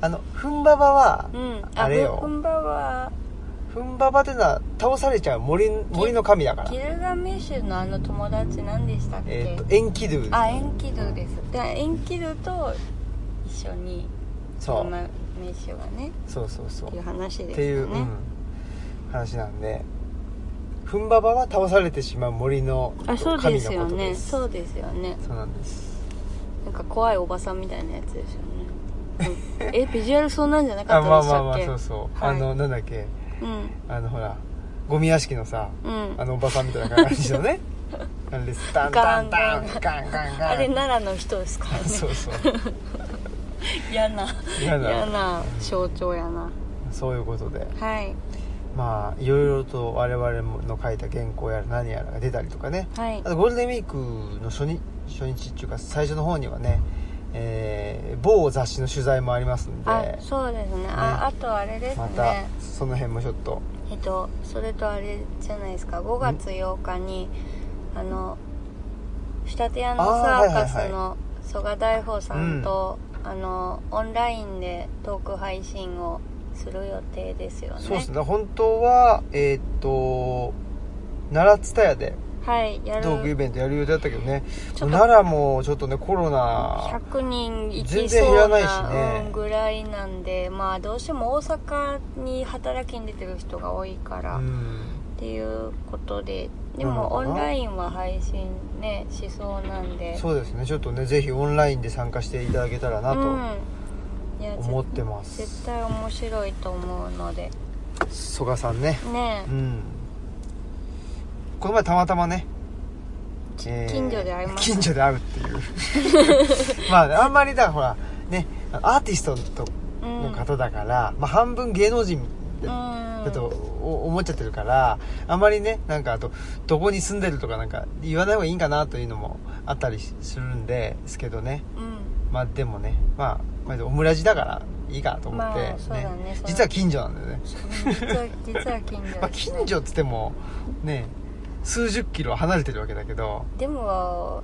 S1: あの、ふんばばは
S2: う、ん
S1: あれよ
S2: ふんばば
S1: ふんばばってのは倒されちゃう森、森の神だから
S2: ギ。ルガメッシュのあの友達何でしたっけ、
S1: えっ、と、エンキドゥ。
S2: あエンキドゥですでエンキドゥと一緒に
S1: そ
S2: ギル
S1: う。
S2: ガメッシュがね
S1: そうそうそう。
S2: っていう話で
S1: っ
S2: す
S1: てい
S2: よ
S1: う、う
S2: ね
S1: ん、話なんで、ふんばばは倒されてしまう森の
S2: あ
S1: 神の
S2: そ
S1: こ
S2: う
S1: と
S2: で
S1: です。
S2: すよねそうですよね
S1: そうなんです。
S2: なんか怖いおばさんみたいなやつですよね
S1: *laughs*
S2: うんえビジュアルそうなんじゃなか
S1: あ
S2: っ
S1: ま
S2: た
S1: あ
S2: でし
S1: まあ
S2: た
S1: ま
S2: っ
S1: あ
S2: け
S1: そうそう、
S2: はい
S1: あのなんだっけ
S2: うん
S1: あのほらゴミ屋敷のさ
S2: うん
S1: あのおばさんみたいな感じの
S2: *laughs*
S1: ねあれですダンダンダンガンガンガン
S2: あれ奈良の人ですからね
S1: *laughs* そうそう
S2: 嫌な
S1: 嫌だ
S2: 嫌な象徴やな
S1: そういうことで
S2: はい
S1: まあいろいろと我々の書いた原稿やら何やらが出たりとかね
S2: はい
S1: あとゴールデンウィークの初日初日っていうか最初の方にはね、えー某雑誌の取材もありますんで
S2: あそうですねああとあれです
S1: また
S2: ね
S1: その辺もちょっと
S2: えっとそれとあれじゃないですか5月8日にあの仕立屋のサーカ
S1: あーは
S2: ス
S1: いはい
S2: の曽我大宝さんとあのオンラインでトーク配信をする予定ですよね
S1: そうですね本当はえーっと奈良津田屋で
S2: はいや
S1: トークイ
S2: る
S1: ベントやる予定だったけどね
S2: ちょっと
S1: 奈良もちょっとねコロナ
S2: 100人行
S1: 全
S2: き
S1: 然減ら
S2: そう
S1: ないし
S2: な
S1: ね
S2: うんぐらいなんでまあどうしても大阪に働きに出てる人が多いから、
S1: う
S2: っ
S1: ん
S2: ていうことでで
S1: なの
S2: も
S1: か
S2: オ
S1: な
S2: ンラインは配信ねしそうなんで
S1: そうですねちょっとねぜひオンラインで参加していただけたらなと
S2: うん、いや
S1: 思っ
S2: 絶
S1: てます、
S2: 絶対面白いと思うので
S1: 曽我さんね
S2: ね
S1: う
S2: え
S1: んこの前たまたまね、えー
S2: 近所で会いました
S1: 近所で会うっていう
S2: *laughs*
S1: まああんまりだからほらねアーティストと
S2: う
S1: の
S2: ん
S1: 方だから、まあ、半分芸能人って
S2: うん
S1: ちょっとお思っちゃってるからあんまりねなんかあとどこに住んでるとかなんか言わない方がいいんかなというのもあったりしするんですけどね
S2: うん
S1: まあでもねまあまあオムラジだからいいかと思って、
S2: まあそうだねそう
S1: 実は近所なんだよね、
S2: 実は実は近所です
S1: *laughs*
S2: ね
S1: まあ、近所っつってもね数十キロ離れてるわけだけど、
S2: でも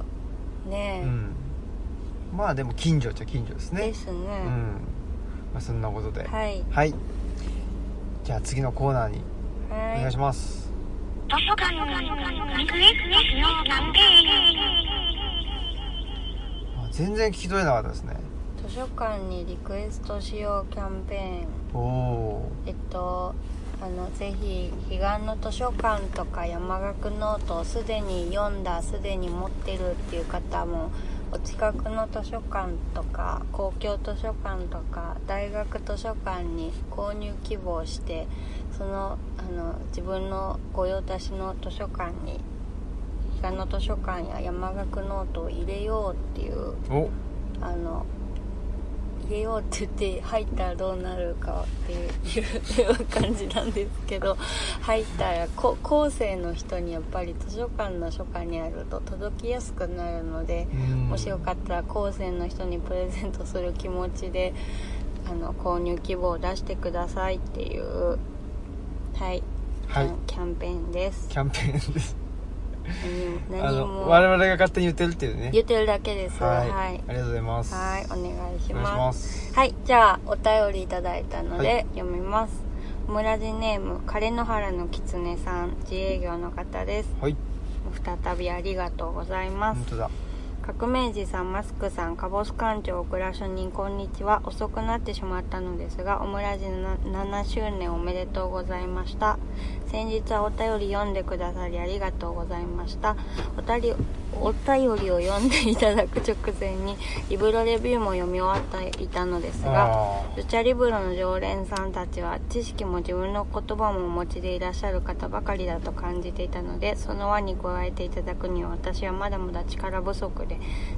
S2: ね
S1: う、ん、まあでも近所っちゃ近所ですね
S2: ですね、
S1: うんまあ、そんなことで
S2: はい
S1: はいじゃあ次のコーナーにお
S2: はい
S1: 願いします、
S3: 図書館リクエストの南米
S1: あ全然聞き取れなかったですね
S2: 図書館にリクエストしようキャンペーン
S1: おお
S2: えっとあのぜひ彼岸の図書館とか山岳ノートをすでに読んだすでに持ってるっていう方もお近くの図書館とか公共図書館とか大学図書館に購入希望してそのあの自分の御用達の図書館に彼岸の図書館や山岳ノートを入れようっていう
S1: ーお
S2: あの入れようって言って入ったらどうなるかっていう感じなんですけど入ったらこ後世の人にやっぱり図書館の書館にあると届きやすくなるので、
S1: うん
S2: もしよかったら後世の人にプレゼントする気持ちであの購入希望を出してくださいっていうはい、
S1: はい
S2: キャンペーンです
S1: キャンペーンですあ
S2: 何も何
S1: の
S2: も
S1: 我々が勝手に言ってるっていうね
S2: 言ってるだけです
S1: はい、
S2: はい
S1: ありがとうございます
S2: はい、お
S1: お
S2: 願いし
S1: 願いし
S2: ま。
S1: ますす
S2: はい、じゃあ、お便りいただいたので、
S1: はい
S2: 読みます。オムラジネーム、枯野原の狐さん、自営業の方です。
S1: はい
S2: 再びありがとうございます
S1: 本。当だ
S2: 革命児さんマスクさんカボス館長グラショニンこんにちは遅くなってしまったのですがオムラジの7周年おめでとうございました先日はお便り読んでくださりありがとうございましたおたりお便りを読んでいただく直前にリブロレビューも読み終わっていたのですが
S1: あ
S2: ルチャリブロの常連さんたちは知識も自分の言葉もお持ちでいらっしゃる方ばかりだと感じていたのでその輪に加えていただくには私はまだまだ力不足で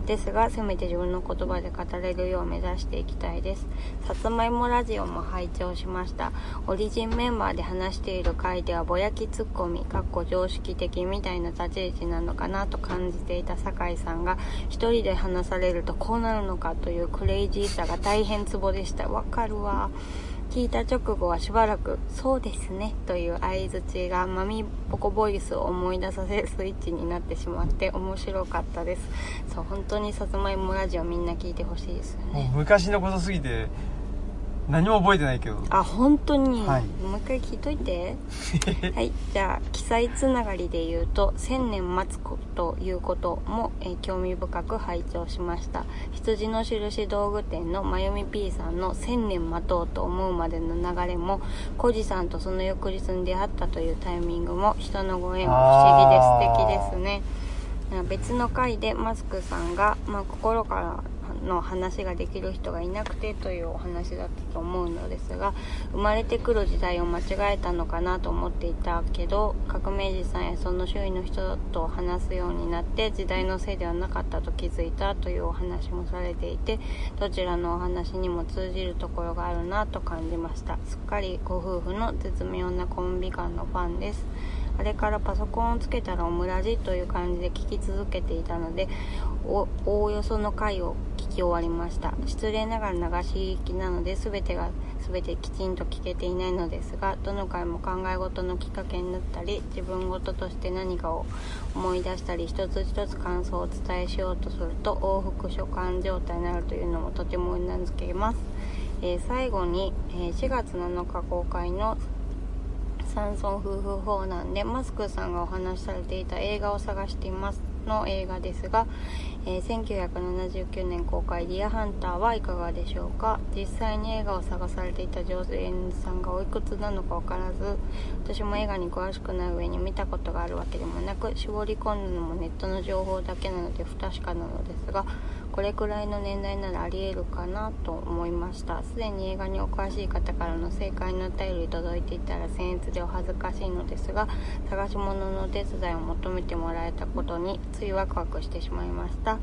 S2: ですがせめて自分の言葉で語れるよう目指していきたいですさつまいもラジオも拝聴しましたオリジンメンバーで話している回ではぼやきツッコミかっこ常識的みたいな立ち位置なのかなと感じていた酒井さんが一人で話されるとこうなるのかというクレイジーさが大変ツボでしたわかるわ聞いた直後はしばらく「そうですね」という相づちがマミポコボイスを思い出させスイッチになってしまって面白かったですそう本当にさつまいもラジオみんな聞いてほしいですよ
S1: もう
S2: ね
S1: 昔のことすぎて何も覚えてないけど
S2: あ本当に、
S1: はい
S2: もう一回聞いといて *laughs* はいじゃあ記載つながりで言うと「千年待つこと」ということも、えー興味深く拝聴しました羊の印道具店のまゆみ P さんの「千年待とうと思うまでの流れも」コジさんとその翌日に出会ったというタイミングも人のご縁も不思議で素敵ですね別の回でマスクさんが、まあ、心からの話ができる人がいなくてというお話だったと思うのですが生まれてくる時代を間違えたのかなと思っていたけど革命児さんやその周囲の人と話すようになって時代のせいではなかったと気づいたというお話もされていてどちらのお話にも通じるところがあるなと感じましたすっかりご夫婦の絶妙なコンビ感のファンですあれからパソコンをつけたらオムラジという感じで聞き続けていたのでおおおよその回を聞き終わりました失礼ながら流し聞きなので全てが全てきちんと聞けていないのですがどの回も考え事のきっかけになったり自分事として何かを思い出したり一つ一つ感想をお伝えしようとすると往復所感状態になるというのもとてもうなずけます、えー最後に、えー4月7日公開の山村夫婦法なんでマスクさんがお話しされていた映画を探していますの映画ですが、えー1979年公開「ディアハンター」はいかがでしょうか実際に映画を探されていた上演さんがおいくつなのかわからず私も映画に詳しくない上に見たことがあるわけでもなく絞り込んだのもネットの情報だけなので不確かなのですがこれくらいの年代ならありえるかなと思いましたすでに映画にお詳しい方からの正解のお便り届いていたら僭越でお恥ずかしいのですが探し物のお手伝いを求めてもらえたことについワクワクしてしまいました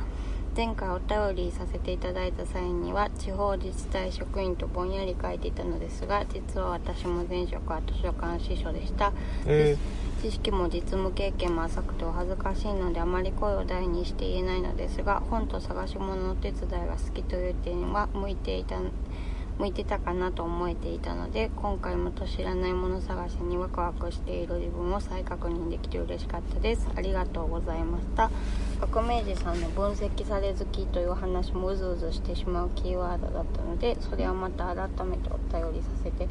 S2: 前回お便りさせていただいた際には地方自治体職員とぼんやり書いていたのですが実は私も前職は図書館司書でした
S1: え
S2: 知識も実務経験も浅くてお恥ずかしいのであまり声を大にして言えないのですが本と探し物のお手伝いが好きという点は向いていた向いてたかなと思えていたので今回もと知らないもの探しにワクワクしている自分を再確認できて嬉しかったですありがとうございました革命児さんの分析され好きというお話もうずうずしてしまうキーワードだったのでそれはまた改めてお便りさせて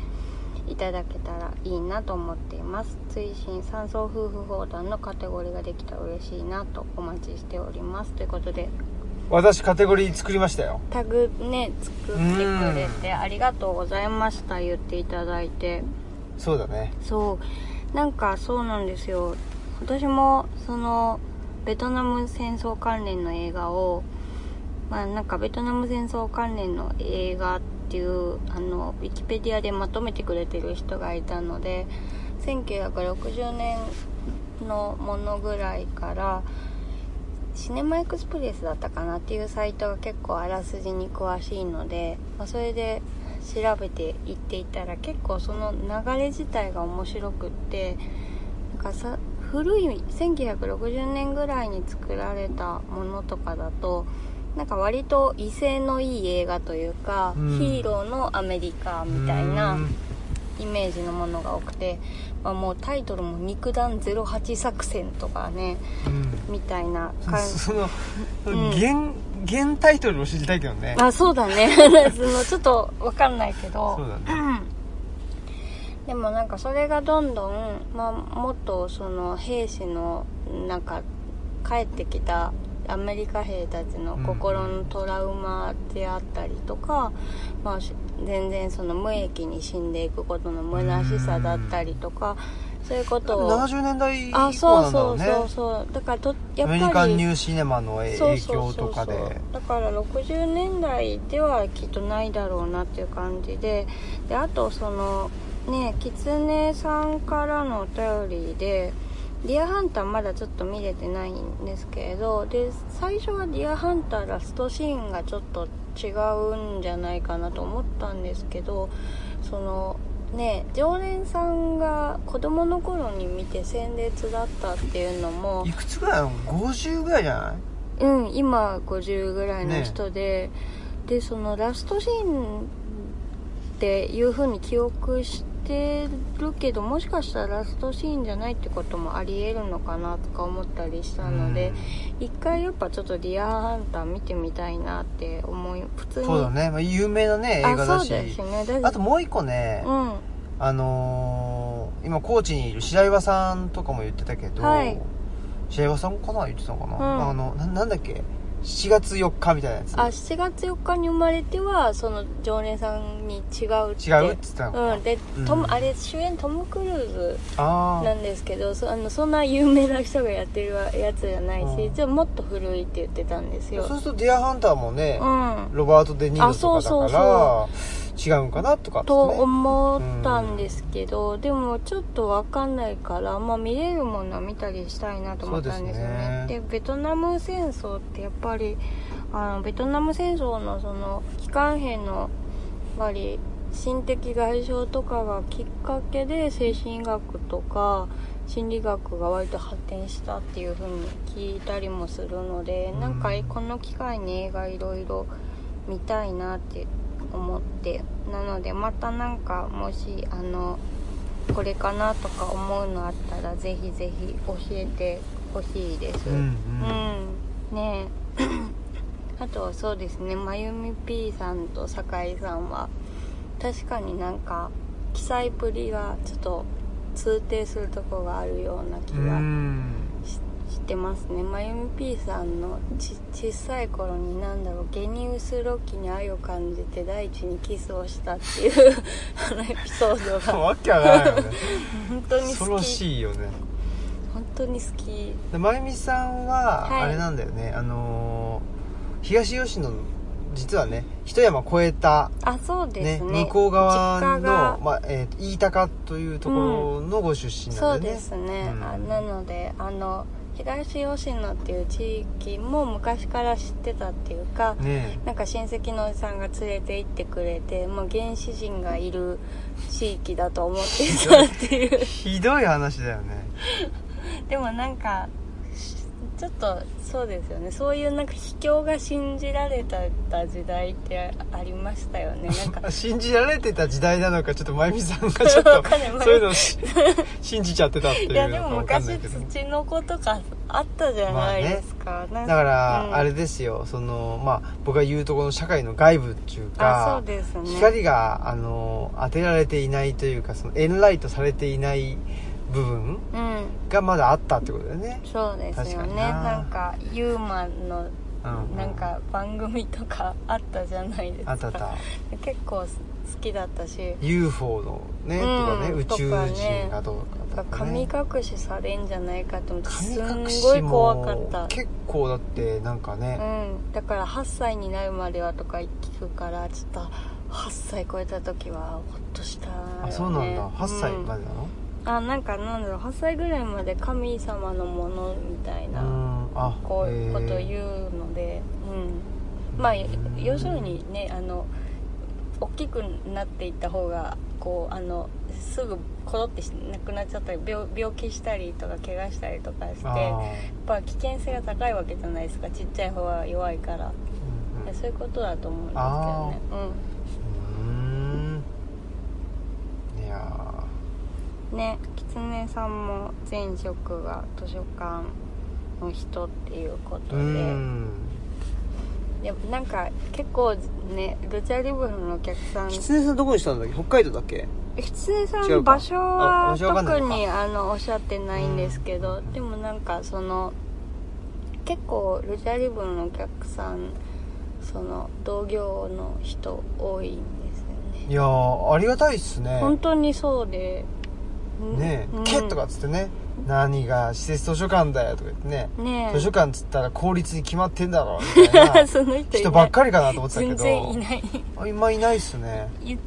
S2: いただけたらいいなと思っています追伸三層夫婦砲弾のカテゴリーができたら嬉しいなとお待ちしておりますということで
S1: 私カテゴリー作りましたよ
S2: タグね作ってくれてありがとうございました言っていただいて
S1: そうだね
S2: そうなんかそうなんですよ私もそのベトナム戦争関連の映画をまあなんかベトナム戦争関連の映画っていうあのウィキペディアでまとめてくれてる人がいたので1960年のものぐらいからシネマエクスプレスだったかなっていうサイトが結構あらすじに詳しいので、まあ、それで調べていっていたら結構その流れ自体が面白くってなんかさ古い1960年ぐらいに作られたものとかだとなんか割と威勢のいい映画というか、
S1: うん
S2: ヒーローのアメリカみたいな。
S1: うん
S2: イメージのものが多くて、まあ、もうタイトルも「肉弾08作戦」とかねみたいな
S1: うん
S2: 感じ
S1: その
S2: うん
S1: 原原タイトルを知りたいけどね
S2: あそうだね *laughs* そのちょっと分かんないけど
S1: そうだね
S2: うんでもなんかそれがどんどん、まあ、もっとその兵士のなんか帰ってきたアメリカ兵たちの心のトラウマであったりとか、まあ、し全然その無益に死んでいくことの虚しさだったりとか、そういうことを
S1: 70年代以降
S2: あそう
S1: なんだ
S2: そ
S1: ろ
S2: う
S1: うね
S2: そうそうだからとや
S1: ア
S2: っ
S1: メリカ
S2: ぱ
S1: ン
S2: り
S1: ニューシネマの影
S2: そう
S1: 影
S2: そう
S1: 響
S2: そ
S1: と
S2: うそ
S1: か
S2: う
S1: で
S2: だから60年代ではきっとないだろうなっていう感じでであとそのねキツネさんからのお便りで「ディアハンター」まだちょっと見れてないんですけれどで最初は「ディアハンター」ラストシーンがちょっと違うんじゃないかなと思ったんですけどそのね常連さんが子供の頃に見て鮮烈だったっていうのも
S1: いくつぐらいなの50ぐらいじゃない
S2: うん今50ぐらいの人で、でそのラストシーンっていう風に記憶してるけどもしかしたらラストシーンじゃないってこともありえるのかなとか思ったりしたので、一回やっぱちょっと「ディアハンター」見てみたいなって思い普通
S1: うん
S2: に
S1: そうだね、まあ、有名なね映画
S2: あ
S1: だ
S2: そう
S1: し
S2: ですねだし
S1: あともう一個ね、
S2: うんは
S1: あのー今高知にいる白岩さんとかも言ってたけど、
S2: はい
S1: 白岩さんかな言ってたのかな、
S2: うん
S1: あのななんだっけ7月4日みたいなやつ
S2: あ7月4日に生まれてはその常連さんに違うって
S1: 違うって言ってたのかな、
S2: うんで、
S1: うん
S2: トムあれ主演トム・クルーズ
S1: あ
S2: な
S1: あ
S2: んですけどそあのそんな有名な人がやってるやつじゃないし、
S1: うん
S2: じゃあもっと古いって言ってたんですよ
S1: そうすると「ディアハンター」もね、
S2: うん
S1: ロバート・デ・ニーロと
S2: あそうそう
S1: かだ
S2: そ
S1: から違うんかなとかっつって
S2: と
S1: ね
S2: 思ったんですけど、でもちょっとわかんないから、まあ、見れるものは見たりしたいなと思ったんですよね
S1: そうですね
S2: でベトナム戦争ってやっぱりあのベトナム戦争のその機関兵のやっぱり心的外傷とかがきっかけで精神医学とか心理学が割と発展したっていう風に聞いたりもするので、
S1: うん
S2: なんかこの機会に映画いろいろ見たいなって思ってなのでまたなんかもしあのこれかなとか思うのあったらぜひぜひ教えてほしいです。
S1: うんうん
S2: うん、ねえ *clears throat* あとそうですねまゆみ P さんと酒井さんは確かになんか記載ぶりがちょっと通底するとこがあるような気
S1: う
S2: が
S1: ん
S2: ししてますねまゆみ P さんのち小さい頃になんだろうゲニウス・ロキに愛を感じて大地にキスをしたっていうあのエピソー
S1: *laughs*
S2: ドが
S1: わけはない
S2: *laughs*
S1: よね
S2: 本当に
S1: 恐
S2: 好
S1: ろ
S2: き
S1: しいよね
S2: 本当に好き
S1: でまゆみさんは
S2: はい
S1: あれなんだよね、あのー東吉野の実はね一山越えた、
S2: あそうで
S1: ね
S2: すね
S1: 向こう側
S2: 実
S1: の
S2: 家が
S1: まあえー、飯高というところのご出身
S2: そ
S1: な
S2: うん
S1: でね、
S2: ですね、
S1: うん
S2: あなのであの平吉吉野っていう地域も昔から知ってたっていうか、
S1: ね
S2: なんか親戚のおじさんが連れて行ってくれて、まあ、原始人がいる地域だと思ってたっていう
S1: えひどい話だよね
S2: でもなんかちょっとそうですよねそういうなんか秘境が信じられた時代ってありましたよねなんか
S1: 信じられてた時代なのかちょっと真由美さんが *laughs* ちょ
S2: *laughs*
S1: っ
S2: わ
S1: と
S2: かんない
S1: そういうのをし信じちゃってたっていう
S2: い
S1: の
S2: やでも
S1: かわかんない
S2: 昔
S1: けど
S2: 土の子とかあったじゃないですか、なん
S1: だから、
S2: うん
S1: あれですよそのまあ僕が言うとこの社会の外部っていう
S2: あ
S1: か
S2: そうですね
S1: 光があの当てられていないというかそのエンライトされていない部分
S2: うん
S1: がまだあったってことだよね
S2: そうです
S1: 確
S2: よ
S1: かに
S2: ね
S1: な
S2: なんかユーマンの
S1: うん
S2: なんか番組とかあったじゃないですか
S1: あったあった
S2: 結構好きだったし
S1: UFO のね、
S2: う
S1: と
S2: ん
S1: かね宇宙人がどうか
S2: な
S1: とか、
S2: んか神
S1: ね、
S2: 隠しされんじゃないかと思ってすん
S1: 神隠
S2: ごい
S1: し
S2: 怖かった
S1: も結構だってなんかね、
S2: うん、だから8歳になるまではとか聞くからちょっと8歳超えた時はほっとしたよ、ね、
S1: あそうなんだ8歳ま
S2: で、
S1: でなの
S2: あなんかなんだろう8歳ぐらいまで神様のものみたいうな、
S1: んあ
S2: こういうことを
S1: う
S2: 言うので、うん、まあ
S1: うん
S2: 要するにねあの大きくなっていった方がこうあのすぐコロってしなくなっちゃったり病病気したりとか怪我したりとかしてやっぱ危険性が高いわけじゃないですかちっちゃい方は弱いから、でそういうことだと思うんですけどね
S1: うんいや
S2: うんね狐さんも前職が図書館の人っていうこと
S1: ーう
S2: で。
S1: ん
S2: いやなんか結構ねルチャリブロのお客さん
S1: キツネさんどこにしたんだっけ北海道だっけ
S2: 狐さ
S1: 違うんか
S2: 場所は
S1: あ場所わかんな
S2: 特
S1: いのか
S2: にあのおっしゃってないんですけど、
S1: うん
S2: でもなんかその結構ルチャリブロのお客さんその同業の人多いんですよ
S1: い
S2: ね
S1: やーありがたいっすね
S2: 本当にそうでん
S1: ねえ
S2: う
S1: 「
S2: ん
S1: け」とかっつってね「何が施設図書館だよ」とか言ってね
S2: ねえ
S1: 図書館っつったら効率に決まってんだろうみたいな
S2: *laughs* その人いない
S1: 人ばっかりかなと思ってたけ
S2: 全
S1: ど
S2: 然いない
S1: あ今いないっすね
S2: うちに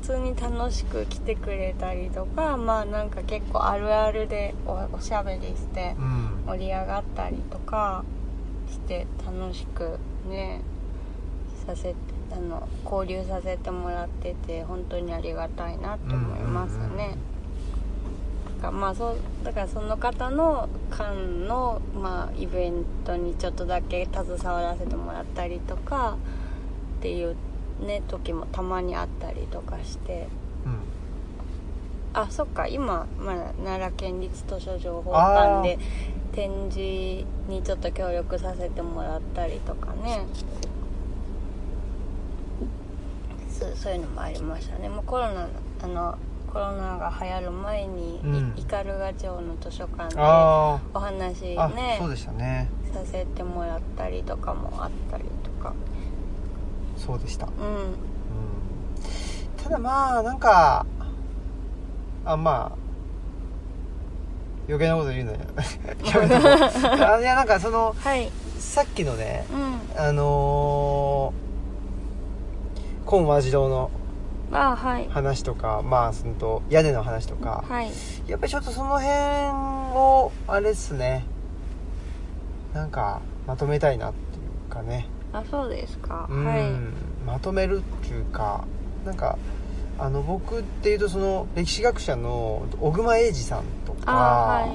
S2: 普通に楽しく来てくれたりとかまあなんか結構あるあるでおおしゃべりして
S1: うん
S2: 盛り上がったりとかして楽しくねさせあの交流させてもらってて本当にありがたいなと思います
S1: うんうんうん
S2: ね。だからまあ、そうだからその方の間の、まあ、イベントにちょっとだけ携わらせてもらったりとかっていう、ね、時もたまにあったりとかして
S1: うん
S2: あそっか今まだ奈良県立図書情報館で展示にちょっと協力させてもらったりとかねそうそういうのもありましたねもうコロナあのコロナが流行る前に
S1: うん
S2: い斑鳩、町の図書館で
S1: あ
S2: お話
S1: ーあ
S2: ね
S1: そうでしたね
S2: させてもらったりとかもあったりとか
S1: そうでした、うん、
S2: うん
S1: ただまあなんかあまあ余計なこと言うのよ *laughs* やめとこうあいやなんかその
S2: はい
S1: さっきのね
S2: うん
S1: あのー、コン和次郎の
S2: あはい
S1: 話とか、まあ、そのと屋根の話とか、
S2: はい
S1: やっぱりちょっとその辺を、あれっすね、なんか、まとめたいなっていうかね、
S2: あそうですか
S1: うん
S2: は
S1: まとめるっていうか、なんか、あの、僕っていうと、その、歴史学者の小熊英二さんと
S2: い
S1: か、
S2: あ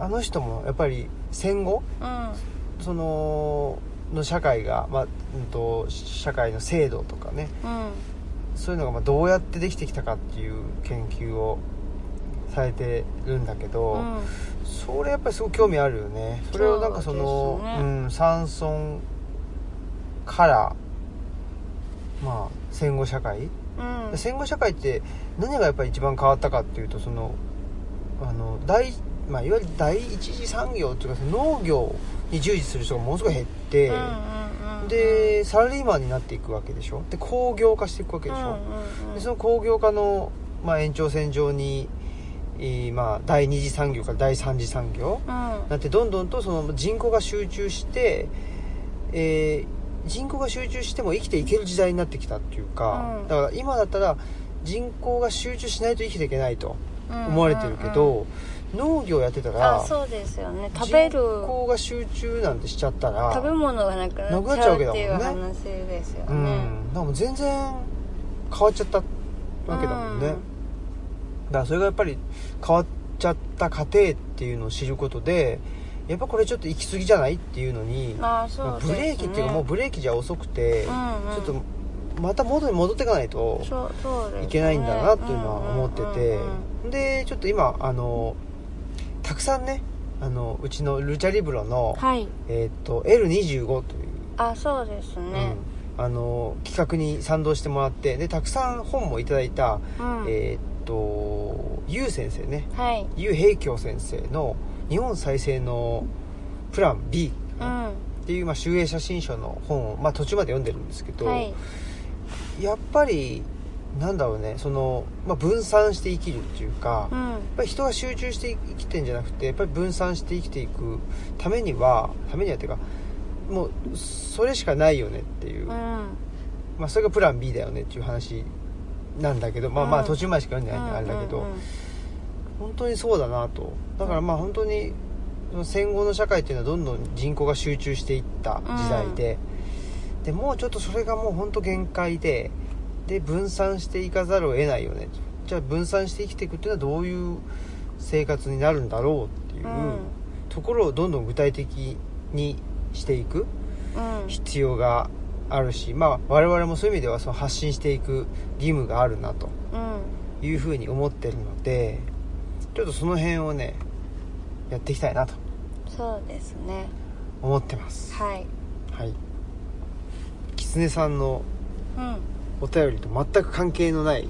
S1: あの人もやっぱり戦後、
S2: はいうん
S1: その、の社会が、まあ、うんと、社会の制度とかね、
S2: うん
S1: そういうのがまあどうやってできてきたかっていう研究をされてるんだけど、
S2: うん
S1: それやっぱりすごく興味あるよねそれをなんかその
S2: そうですね
S1: ん、山村からまあ戦後社会、
S2: うん
S1: 戦後社会って何がやっぱり一番変わったかっていうとそのあの第、まあ、いわゆる第一次産業っていうかその農業に従事する人がものすごい減って、
S2: うんうん
S1: でサラリーマンになっていくわけでしょで工業化していくわけ
S2: うん
S1: でしょ、
S2: うんうん
S1: でその工業化の、まあ、延長線上に、えーまあ、第二次産業から第三次産業
S2: うん
S1: になってどんどんとその人口が集中して、えー人口が集中しても生きていける時代になってきたっていうか、
S2: うん
S1: だから今だったら人口が集中しないと生きていけないと思われてるけど、農業やってたら
S2: あそうですよね食べる
S1: 人口が集中なんてしちゃったら
S2: 食べ物がなくな
S1: なくな
S2: っ
S1: っ
S2: ち
S1: ちゃう
S2: ゃう
S1: わけ
S2: って
S1: だもんね
S2: いう話ですよ
S1: う
S2: ね
S1: んだからもう全然変わっちゃったわけだもんね、
S2: うん
S1: だからそれがやっぱり変わっちゃった過程っていうのを知ることでやっぱこれちょっと行き過ぎじゃないっていうのに
S2: まあそう
S1: まあ
S2: です
S1: ブ
S2: ね
S1: レーキっていうかもうブレーキじゃ遅くて、
S2: うんうん
S1: ちょっとまた元に戻っていかないと
S2: そうそうです
S1: い
S2: ね
S1: けないんだなというのは思ってて
S2: うんうんうん
S1: でちょっと今あのたくさんねあのうちのルチャリブロの、
S2: うんはい
S1: えー、と L25 という、
S2: あそうですね
S1: うんあの企画に賛同してもらってでたくさん本もいただいた、
S2: うん、
S1: えっ、とゆう先生ね
S2: はい
S1: ゆう平京先生の「日本再生のプラン B」
S2: う
S1: っていう、まあ、集英写真書の本を、まあ、途中まで読んでるんですけど、
S2: んはい
S1: やっぱりなんだろうねその、まあ、分散して生きるっていうか、
S2: う
S1: やっ
S2: ん
S1: ぱり人が集中して生きてんじゃなくてやっぱり分散して生きていくためにはためにはっていうかもうそれしかないよねっていう、
S2: うん
S1: まあ、それがプラン B だよねっていう話なんだけどまあま
S2: う
S1: あ
S2: ん
S1: 途中までしか読んでないんであれだけど、
S2: うんうんうん
S1: 本当にそうだなとだからまあ本当にその戦後の社会っていうのはどんどん人口が集中していった時代で、でもうちょっとそれがもう本当限界でで分散していかざるを得ないよねとじゃあ分散して生きていくっていうのはどういう生活になるんだろうっていう
S2: うん
S1: ところをどんどん具体的にしていく
S2: うん
S1: 必要があるし、まあ、我々もそういう意味ではその発信していく義務があるなと
S2: うん
S1: いうふうに思ってるのでちょっとその辺をねやっていきたいなと
S2: そうですね
S1: 思ってます
S2: はい
S1: はい狐さんの
S2: うん
S1: お便りと全く関係の
S2: *laughs*
S1: ない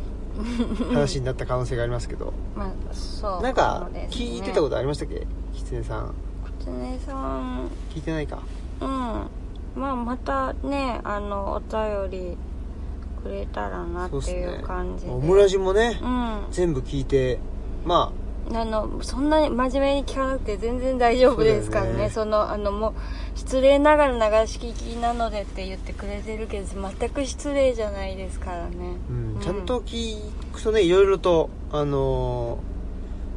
S1: 話になった可能性がありますけど
S2: まあそう
S1: なんか
S2: そうですね
S1: 聞いてたことありましたっけ狐さん
S2: 狐さん
S1: 聞いてないか
S2: うんまあまたねあのお便りくれたらなっていう感じで
S1: オムラジもね
S2: うんあ
S1: 全部聞いてま
S2: のそんなに真面目に聞かなくて全然大丈夫ですから
S1: そう
S2: ね
S1: だよね
S2: そのあのもう失礼ながら流し聞きなのでって言ってくれてるけど全く失礼じゃないですからね
S1: あ、うん、ちゃんと聞くとねいろいろとあの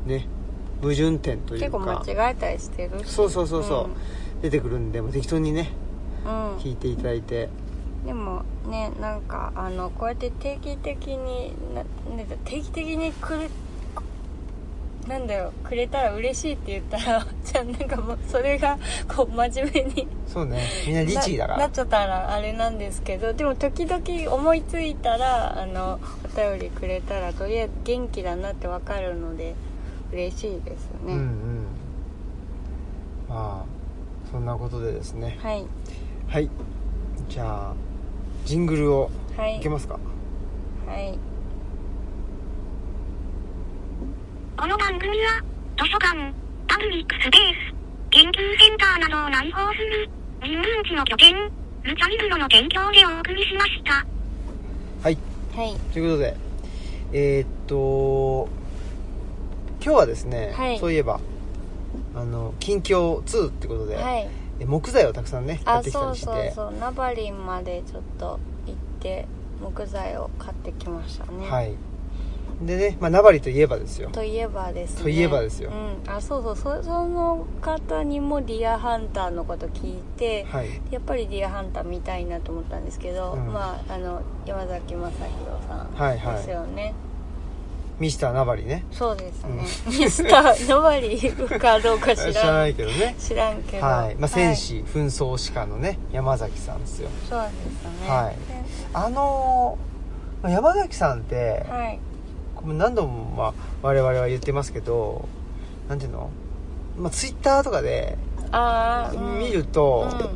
S1: ーね矛盾点というか
S2: 結構間違えたりしてるし
S1: そうそうそうそう、出てくるんでもう適当にね
S2: うん、うん
S1: 聞いていただいて
S2: でもねなんかあのこうやって定期的にななんか定期的にくれなんだよくれたら嬉しいって言ったら *laughs* じゃあなんかもうそれがこう真面目に
S1: そう *laughs* ねみんな
S2: な
S1: 律儀だか
S2: な
S1: ら
S2: っちゃったらあれなんですけどでも時々思いついたらあのお便りくれたらとりあえず元気だなってわかるので嬉しいです
S1: う
S2: ね、
S1: んうんまあそんなことでですね
S2: はい
S1: はいじゃあジングルを
S2: はい
S1: いけますか、
S2: はい
S3: この番組は、図書館、パブリックスペース、研究センターなどを内包する、人文地の拠点、ルチャリブロの提供でお送りしました。
S1: はい
S2: はい
S1: ということでえーっと今日はですね、
S2: はい
S1: そういえばあの近況2ってことで、
S2: はい
S1: え木材をたくさんね買
S2: あ
S1: ってきた
S2: そう
S1: りして
S2: そうそうナバリンまでちょっと行って木材を買ってきましたね、
S1: はいでね、まあ、名張といえばですよ
S2: といえばですね
S1: といえばですよ
S2: うん、あそうそうそその方にもディアハンターのこと聞いて、
S1: はい
S2: やっぱりディアハンター見たいなと思ったんですけど、
S1: うん
S2: まああの山崎正弘さん
S1: はいはい
S2: ですよね、
S1: ミスター名張ね
S2: そうですね、
S1: うん
S2: *laughs* ミスターナバリンかどうか知
S1: *laughs* 知
S2: ら
S1: ら
S2: ん
S1: ないけどね
S2: 知らんけど
S1: はい、まあ、戦士、紛争士官のね山崎さんですよ
S2: はい、そうですね
S1: はいあのーまあ山崎さんって、
S2: ではい
S1: これ何度も、まあ、我々は言ってますけどなんていうの、まあ、ツイッターとかで
S2: ああ、うん
S1: 見ると、
S2: うん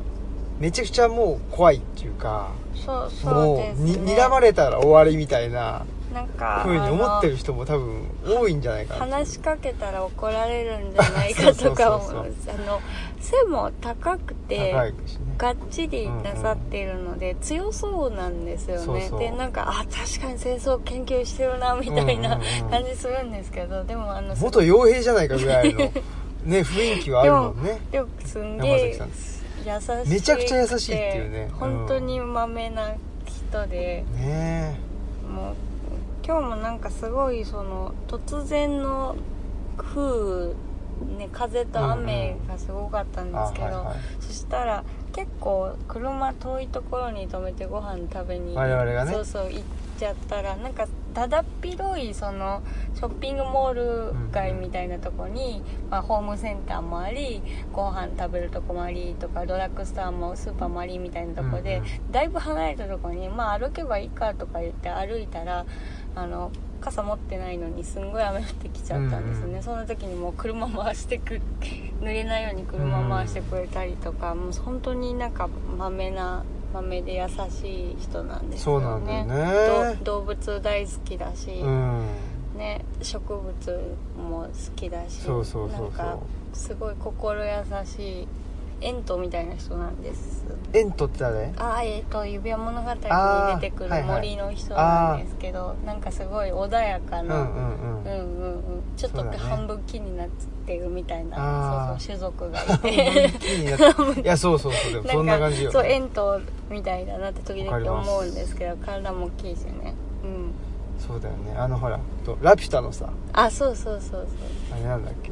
S1: めちゃくちゃもう怖いっていうか
S2: そうそう
S1: も
S2: です
S1: うに
S2: ね
S1: 睨まれたら終わりみたいな
S2: なんか
S1: ふうに思ってる
S2: あ
S1: 人も多分多いんじゃない
S2: の
S1: かな
S2: 話しかけたら怒られるんじゃないかとか思う
S1: そうそう
S2: あの背も高く
S1: 高い
S2: て
S1: しね
S2: がっちりなさっているので、強そうなんですよね
S1: そうそう
S2: でなんかあ確かに戦争研究してるなみたいな
S1: うんうんうん
S2: 感じするんですけどでもあの
S1: 元傭兵じゃないかぐら
S2: *laughs*
S1: いのね雰囲気はあるもんね
S2: でもすんげ
S1: 山崎
S2: え
S1: さんです
S2: 優しい
S1: めちゃくちゃ優しいっていうねうん
S2: 本当にまめな人で、
S1: ね
S2: もう今日もなんかすごいその突然の風雨ね風と雨がすごかったんですけど、
S1: あはいはい
S2: そしたら結構車遠いところに止めてご飯食べに
S1: 我々がね
S2: そうそう行っちゃったらなんかだだっ広いそのショッピングモール街みたいなとこに、まあ、ホームセンターもありご飯食べるとこもありとかドラッグストアもスーパーもありみたいなとこで、
S1: うん
S2: だいぶ離れたとこに、まあ、歩けばいいかとか言って歩いたらあの傘持ってないのにすんごい雨降ってきちゃったんですね、
S1: うんうん
S2: そんな時にもう車回してく濡れないように車回してくれたりとか、もう本当になんかまめなまめで優しい人なんです
S1: そうな
S2: よ
S1: んだよ
S2: ね
S1: ね
S2: ど動物大好きだし、
S1: うん
S2: ね、植物も好きだし
S1: そうそうそうそ
S2: なん
S1: う
S2: かすごい心優しいエントみたいな人なんです
S1: 円取ってたね
S2: あえっと指輪物語に
S1: あー
S2: 出てく
S1: はい
S2: る
S1: はい
S2: 森の人なんですけど、なんかすごい穏やか
S1: うん
S2: な、
S1: うん
S2: う
S1: うんん
S2: うんうんちょっと
S1: そうだね
S2: 半分木になってるみたいな
S1: あー
S2: そうそう種族がいて
S1: 気にな
S2: *laughs*
S1: ったいやそうそうそうで *laughs* もそんな感じよ
S2: そう円筒みたいだなって時
S1: わかり
S2: 々
S1: ます
S2: 思うんですけど体も大きいしねうん
S1: そうだよねあのほらとラピュタのさ
S2: あそうそうそうそう
S1: あれなんだっけ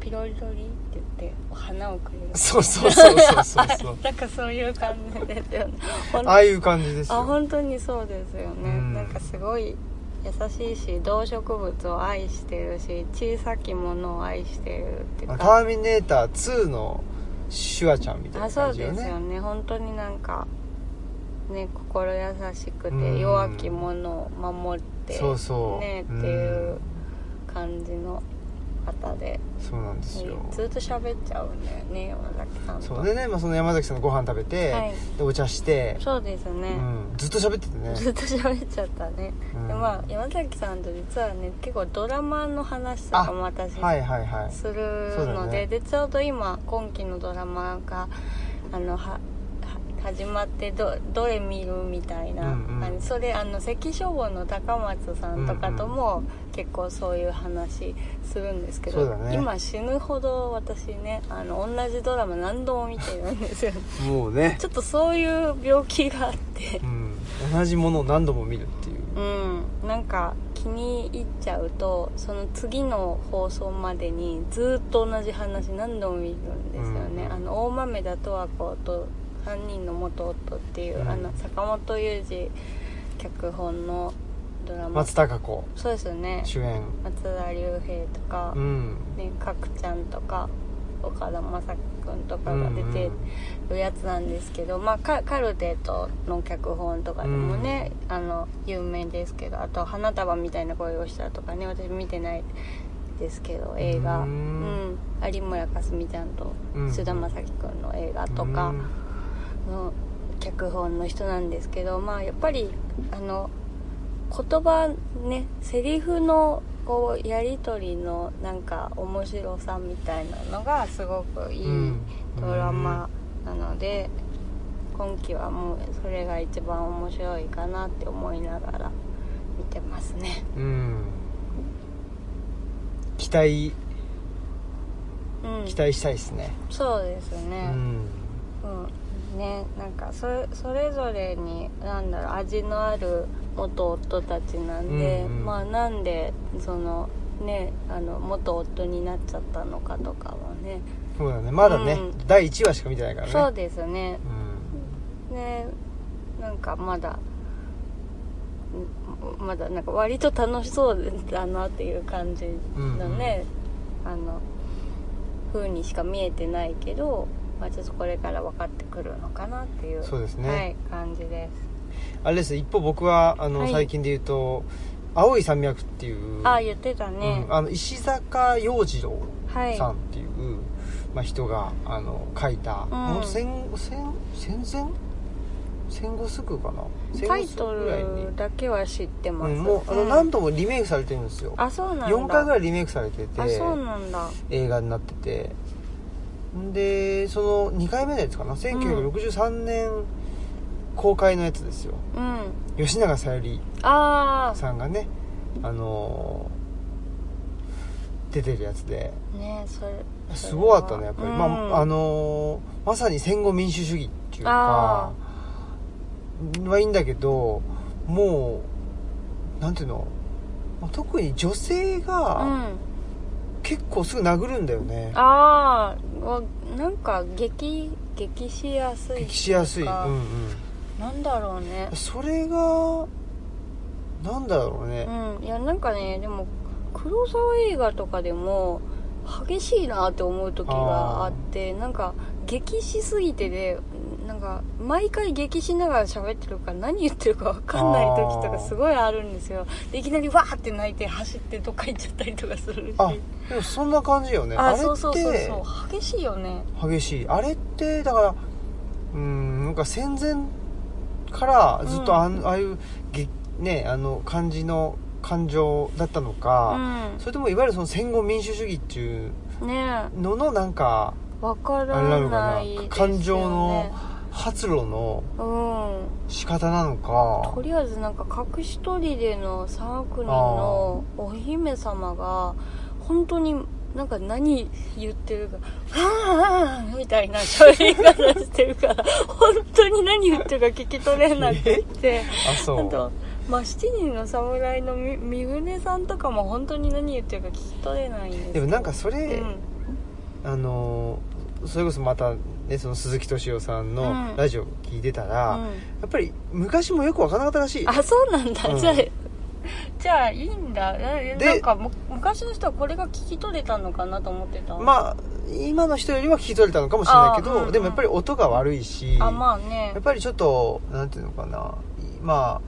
S2: ピロリロリって言ってお花をくれる
S1: そうそうそうそうそう
S2: *laughs*
S1: そう
S2: なんかそういう感じですよねほん
S1: ああいう感じです
S2: あ
S1: よ
S2: 本当にそうですよね、
S1: うん
S2: なんかすごい優しいし動植物を愛してるし小さきものを愛してるっていう
S1: あタ
S2: か
S1: ーミネーター2のシュワちゃんみたい
S2: あ
S1: な
S2: そ
S1: 感
S2: う
S1: じよ
S2: です
S1: ね
S2: よね本当になんかね心優し
S1: う
S2: く
S1: ん
S2: て弱きものを守って、
S1: そうそう
S2: ね
S1: うん
S2: っていう感じの方で、
S1: そうなんですよ
S2: ずっと喋っちゃうんだよね山崎さんと
S1: そうでね、まあ、その山崎さんのご飯食べて、
S2: はい
S1: でお茶して、
S2: そうですね、
S1: うん、ずっと喋っててね
S2: ずっと喋っちゃったね、
S1: うん
S2: でまあ山崎さんと実はね結構ドラマの話とかも私
S1: はいはいはい
S2: する
S1: そうだ
S2: の
S1: ね
S2: で,、でちょうど今今期のドラマがあのはは始まってどどれ見るみたいな、
S1: うんうん
S2: あのそれあの関消防の高松さんとかとも結構そういう話するんですけど、
S1: そうだね
S2: 今死ぬほど私ねあの同じドラマ何度も見てるんですよ *laughs*
S1: もうね
S2: ちょっとそういう病気があって
S1: うん、同じものを何度も見るっていう
S2: うんなんか気に入っちゃうとその次の放送までにずっと同じ話何度も見るんですよね、
S1: うん
S2: あの大豆田十和子と3人の元夫っていう、
S1: うん
S2: あの坂本雄二脚本のドラマ
S1: 松たか子
S2: そうですよね
S1: 主演
S2: 松田龍平とか、
S1: うん
S2: ねかくちゃんとか岡田将生君とかが出て、
S1: うん
S2: るやつなんですけど、まあ、カカルテットの脚本とかでもね、あの有名ですけどあと「花束みたいな声をした」とかね私見てないですけど映画、
S1: う
S2: うんん有村架純ちゃんと
S1: うん
S2: 菅田将暉君の映画
S1: うん
S2: とか
S1: うん
S2: の脚本の人なんですけど、まあやっぱりあの言葉ねセリフのこうやり取りのなんか面白さみたいなのがすごくいい。
S1: うん
S2: ドラマなので今期はもうそれが一番面白いかなって思いながら見てますね
S1: うん期待
S2: うん
S1: 期待したいですね
S2: そうです
S1: う
S2: ね
S1: ん
S2: うん、ねなんかそれそれぞれになんだろう味のある元夫たちなん
S1: う
S2: で、
S1: んうん
S2: まあなんでそのねあの元夫になっちゃったのかとかはね
S1: そうだねまだね、
S2: うん
S1: 第1話しか見てないからね
S2: そうですね
S1: うん
S2: ねなんかまだんまだなんか割と楽しそうだなっていう感じのね、あの風にしか見えてないけど、まあ、ちょっとこれから分かってくるのかなっていう
S1: そうですね
S2: はい、感じです
S1: あれです一方僕はあの、
S2: はい
S1: 最近で言うと「青い山脈」っていう
S2: ああ言ってたね、
S1: うんあの石坂洋次郎
S2: はい
S1: さんっていう、まあ、人があの書いた、もう戦戦戦前戦後すぐかな戦
S2: タ
S1: 後
S2: イ
S1: す
S2: ト
S1: ぐぐらいに
S2: ルだけは知ってます、
S1: うん、もうあの
S2: ん
S1: 何度もリメイクされてるんですよ、
S2: あそうなんだ
S1: 4回ぐらいリメイクされてて
S2: あそうなんだ
S1: 映画になっててんでその2回目のやつかな1963年公開のやつですよ、
S2: うん
S1: 吉永小百合
S2: あ
S1: さんがねあのー出てるやつで
S2: あねそれ
S1: すごかったねやっぱり、
S2: うん
S1: まああのーまさに戦後民主主義っていうかはいいんだけどもうなんていうのまあ特に女性
S2: う
S1: が
S2: ん
S1: 結構すぐ殴るんだよね
S2: ああわなんか激激しやすいってい
S1: 激
S2: うか
S1: しやすい、うんうん、
S2: なんだろうね
S1: それがなんだろうね、
S2: うんいやなんかねでも黒沢映画とかでも激しいなって思う時があってなんか激しすぎてでなんか毎回激しながら喋ってるから何言ってるか分かんない時とかすごいあるんですよでいきなりわーって泣いて走ってどっか行っちゃったりとかするし
S1: あでもそんな感じよねあ
S2: あ
S1: れって
S2: そうそうそうそう激しいよね
S1: 激しいあれってだからうんなんか戦前からずっとあ,、ん、ああいうげねあの感じの感情だったの
S2: う
S1: か、
S2: ん
S1: それともいわゆるその戦後民主主義っていう
S2: ねえ
S1: ののなんか
S2: 分か
S1: あれな
S2: ら
S1: のか
S2: ないですよ、
S1: な
S2: ね、
S1: 感情の発露の
S2: うん
S1: 仕方なのか
S2: とりあえずなんか隠し砦の3悪人のお姫様が本当になんか何言ってるか「はあ」みたいな喋り方してるから本当に何言ってるか聞き取れなくて
S1: あ
S2: あ
S1: そう
S2: と、まあ、7人の侍のみ三船さんとかも本当に何言ってるか聞き取れないんです
S1: でもなんかそ
S2: うん
S1: れ、あのーそれこそまた、ね、その鈴木敏夫さん
S2: う
S1: の
S2: ん
S1: ラジオ聞いてたら、
S2: う
S1: や
S2: ん
S1: っぱり昔もよくわからなかったらしい
S2: あそうなんだ、
S1: うん
S2: じゃあじゃあいいんだななんかむ昔の人はこれが聞き取れたのかなと思ってた
S1: まあ今の人よりは聞き取れたのかもしれないけ
S2: あ
S1: ど、
S2: ーうんうん
S1: でもやっぱり音が悪いし
S2: あまあね
S1: やっぱりちょっとなんていうのかないま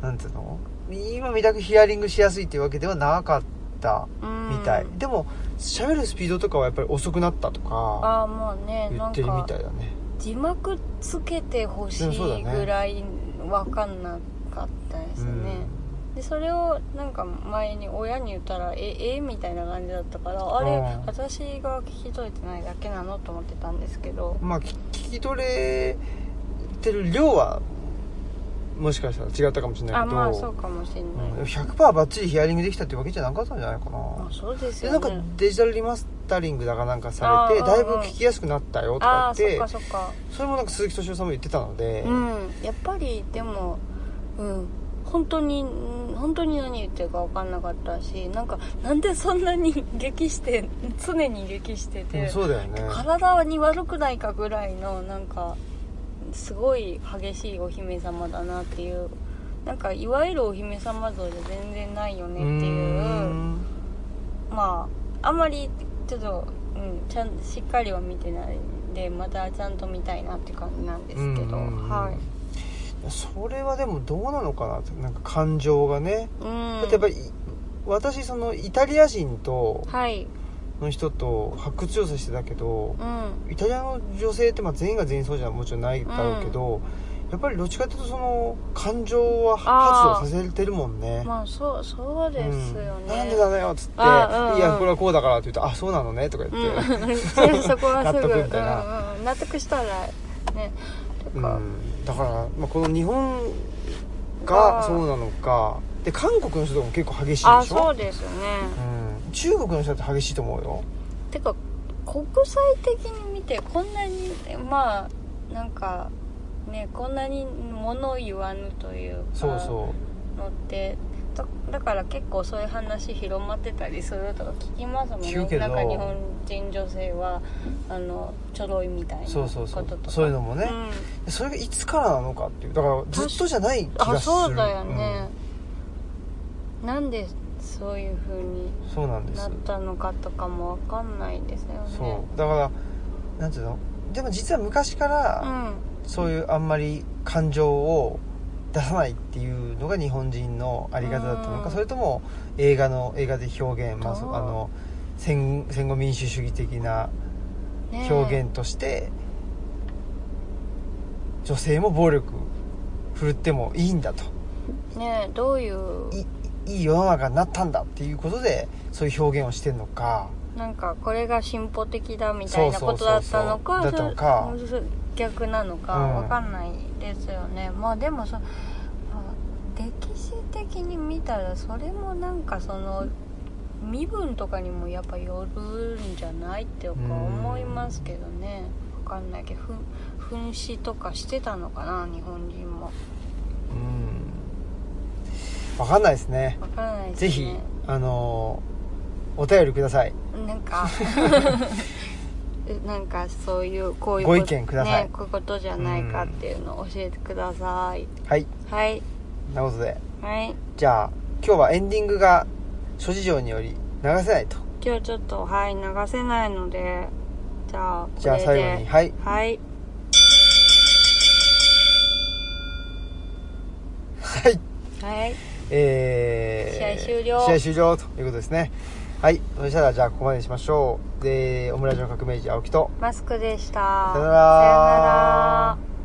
S1: あなんていうの今みたくヒアリングしやすいっていうわけではなかったみたい、
S2: うん
S1: でも喋るスピードとかはやっぱり遅くなったとか
S2: ああまあね
S1: 言
S2: な
S1: っ
S2: ん
S1: てるみた
S2: か
S1: いだね
S2: 字幕つけてほし
S1: でもそうだ
S2: い
S1: ね
S2: ぐらい分かんなかったですねでそれをなんか前に親に言ったら「ええみたいな感じだったからあれ
S1: うん
S2: 私が聞き取れてないだけなのと思ってたんですけど
S1: うんまあ聞聞き取れてる量はもしかしたら違ったかもしれない
S2: あ
S1: けど
S2: まあそうかもしれ
S1: うんで
S2: な
S1: も
S2: い、
S1: 100%バッチリヒアリングできたってわけじゃなかったんじゃないかな
S2: まあ、そうです
S1: で
S2: よ
S1: な
S2: ね
S1: んかデジタルリマスタリングだかなんかされて
S2: あー
S1: だい
S2: うん
S1: ぶ
S2: うん
S1: 聞きやすくなったよと
S2: あ
S1: か
S2: あ
S1: 言っ
S2: そってかそっか
S1: それもなんか鈴木敏夫さんも言ってたので、
S2: うんやっぱりでもうん本当にうん本当に何言ってるか分かんなかったしなんかなんでそんなに激して常に激し
S1: で
S2: て
S1: も
S2: て
S1: そうだよね
S2: 体に悪くないかぐらいのなんかすごい激しいお姫様だなっていうなんかいわゆるお姫様像じゃ全然ないよ
S1: う
S2: ねっていう
S1: ーん
S2: まああんまりちょっと、うん、ちゃんしっかりは見てないんでまたちゃんと見たいなって感じなんですけど、
S1: うんうんうん
S2: はい。
S1: それはでもどうなのかなってなんか感情がね、
S2: うん
S1: 例えばい私そのイタリア人と
S2: はい
S1: の人と発掘調査してたけど
S2: う、ん
S1: イタリアの女性ってまあ全員が全員そうじゃもちろんないだろうけど、やっぱりどっちかっていうとその感情は
S2: あー
S1: 発露させてるもんね
S2: まあそうそうですよね、
S1: うん、なんでダメよっつって「い
S2: あうん
S1: やこれはこうだから」って言って「あそうなのね」とか言って、
S2: うん *laughs* それそこはすぐ
S1: 納得みたいな
S2: うんうん、納得したらね
S1: う
S2: と
S1: ん
S2: か、
S1: だから、まあ、この日本
S2: あ
S1: が
S2: ー
S1: そうなのかで韓国の人とかも結構激しいでしょ
S2: あそうですね、
S1: うん、中国の人だって激しいと思うよ
S2: てか国際的に見てこんなにまあなんかねこんなに物を言わぬというか
S1: そうそ
S2: のってだだから結構そういう話広まってたりするとか聞きますもんね
S1: 聞くけど
S2: なんか日本人女性はあのちょろいみたいな
S1: う
S2: こ
S1: そう
S2: と
S1: そう
S2: と
S1: そ
S2: か
S1: うそういうのもね、
S2: うん
S1: それがいつからなのかっていうだからずっとじゃない気
S2: あ
S1: がする
S2: そうだよね、なんでそういう風に
S1: うんそうなんです
S2: なったのかとかもわかんないですよね
S1: そうだからなんていうのでも実は昔か
S2: う
S1: ら
S2: ん
S1: そういうあんまり感情を出さないっていうのが日本人のあり方だったの
S2: う
S1: か
S2: ん
S1: それとも映画の映画で表現、まあ、
S2: ど
S1: そううあの戦戦後民主主義的な
S2: ねえ
S1: 表現として、女性も暴力振るってもいいんだと
S2: ねえどういう
S1: いいい世の中になったんだっていうことでそういう表現をしてるのか
S2: なんかこれが進歩的だみたいな
S1: そ
S2: こ
S1: うそ
S2: と
S1: うそう
S2: だっ
S1: そう
S2: たのか
S1: だったのか
S2: それ逆なのか
S1: うん
S2: わかんないですよね、まあでもそ、まあ歴史的に見たらそれもなんかその身分とかにもやっぱよるんじゃないっていうか
S1: うん
S2: 思いますけどねわかんないけどふん紛死とかしてたのかな日本人も
S1: うん分かんないですね
S2: わからないですね
S1: ぜひあのーお便りください
S2: なん
S1: *laughs*
S2: かなんかそういうこういう
S1: ご
S2: こ
S1: 意見ください
S2: ね、こういうことじゃないかっていうのを教えてください
S1: はい
S2: はい
S1: そんなことで
S2: はい
S1: じゃあ今日はエンディングが諸事情により流せないと
S2: 今日ちょっとはい流せないのでじゃあこれで
S1: じゃあ最後にはい
S2: はい
S1: はい
S2: はい
S1: えー、
S2: 試合終了
S1: 試合終了ということですねはいそしたらじゃあここまでにしましょうでオムラジの革命児青木と
S2: マスクでした
S1: さよなら
S2: さよなら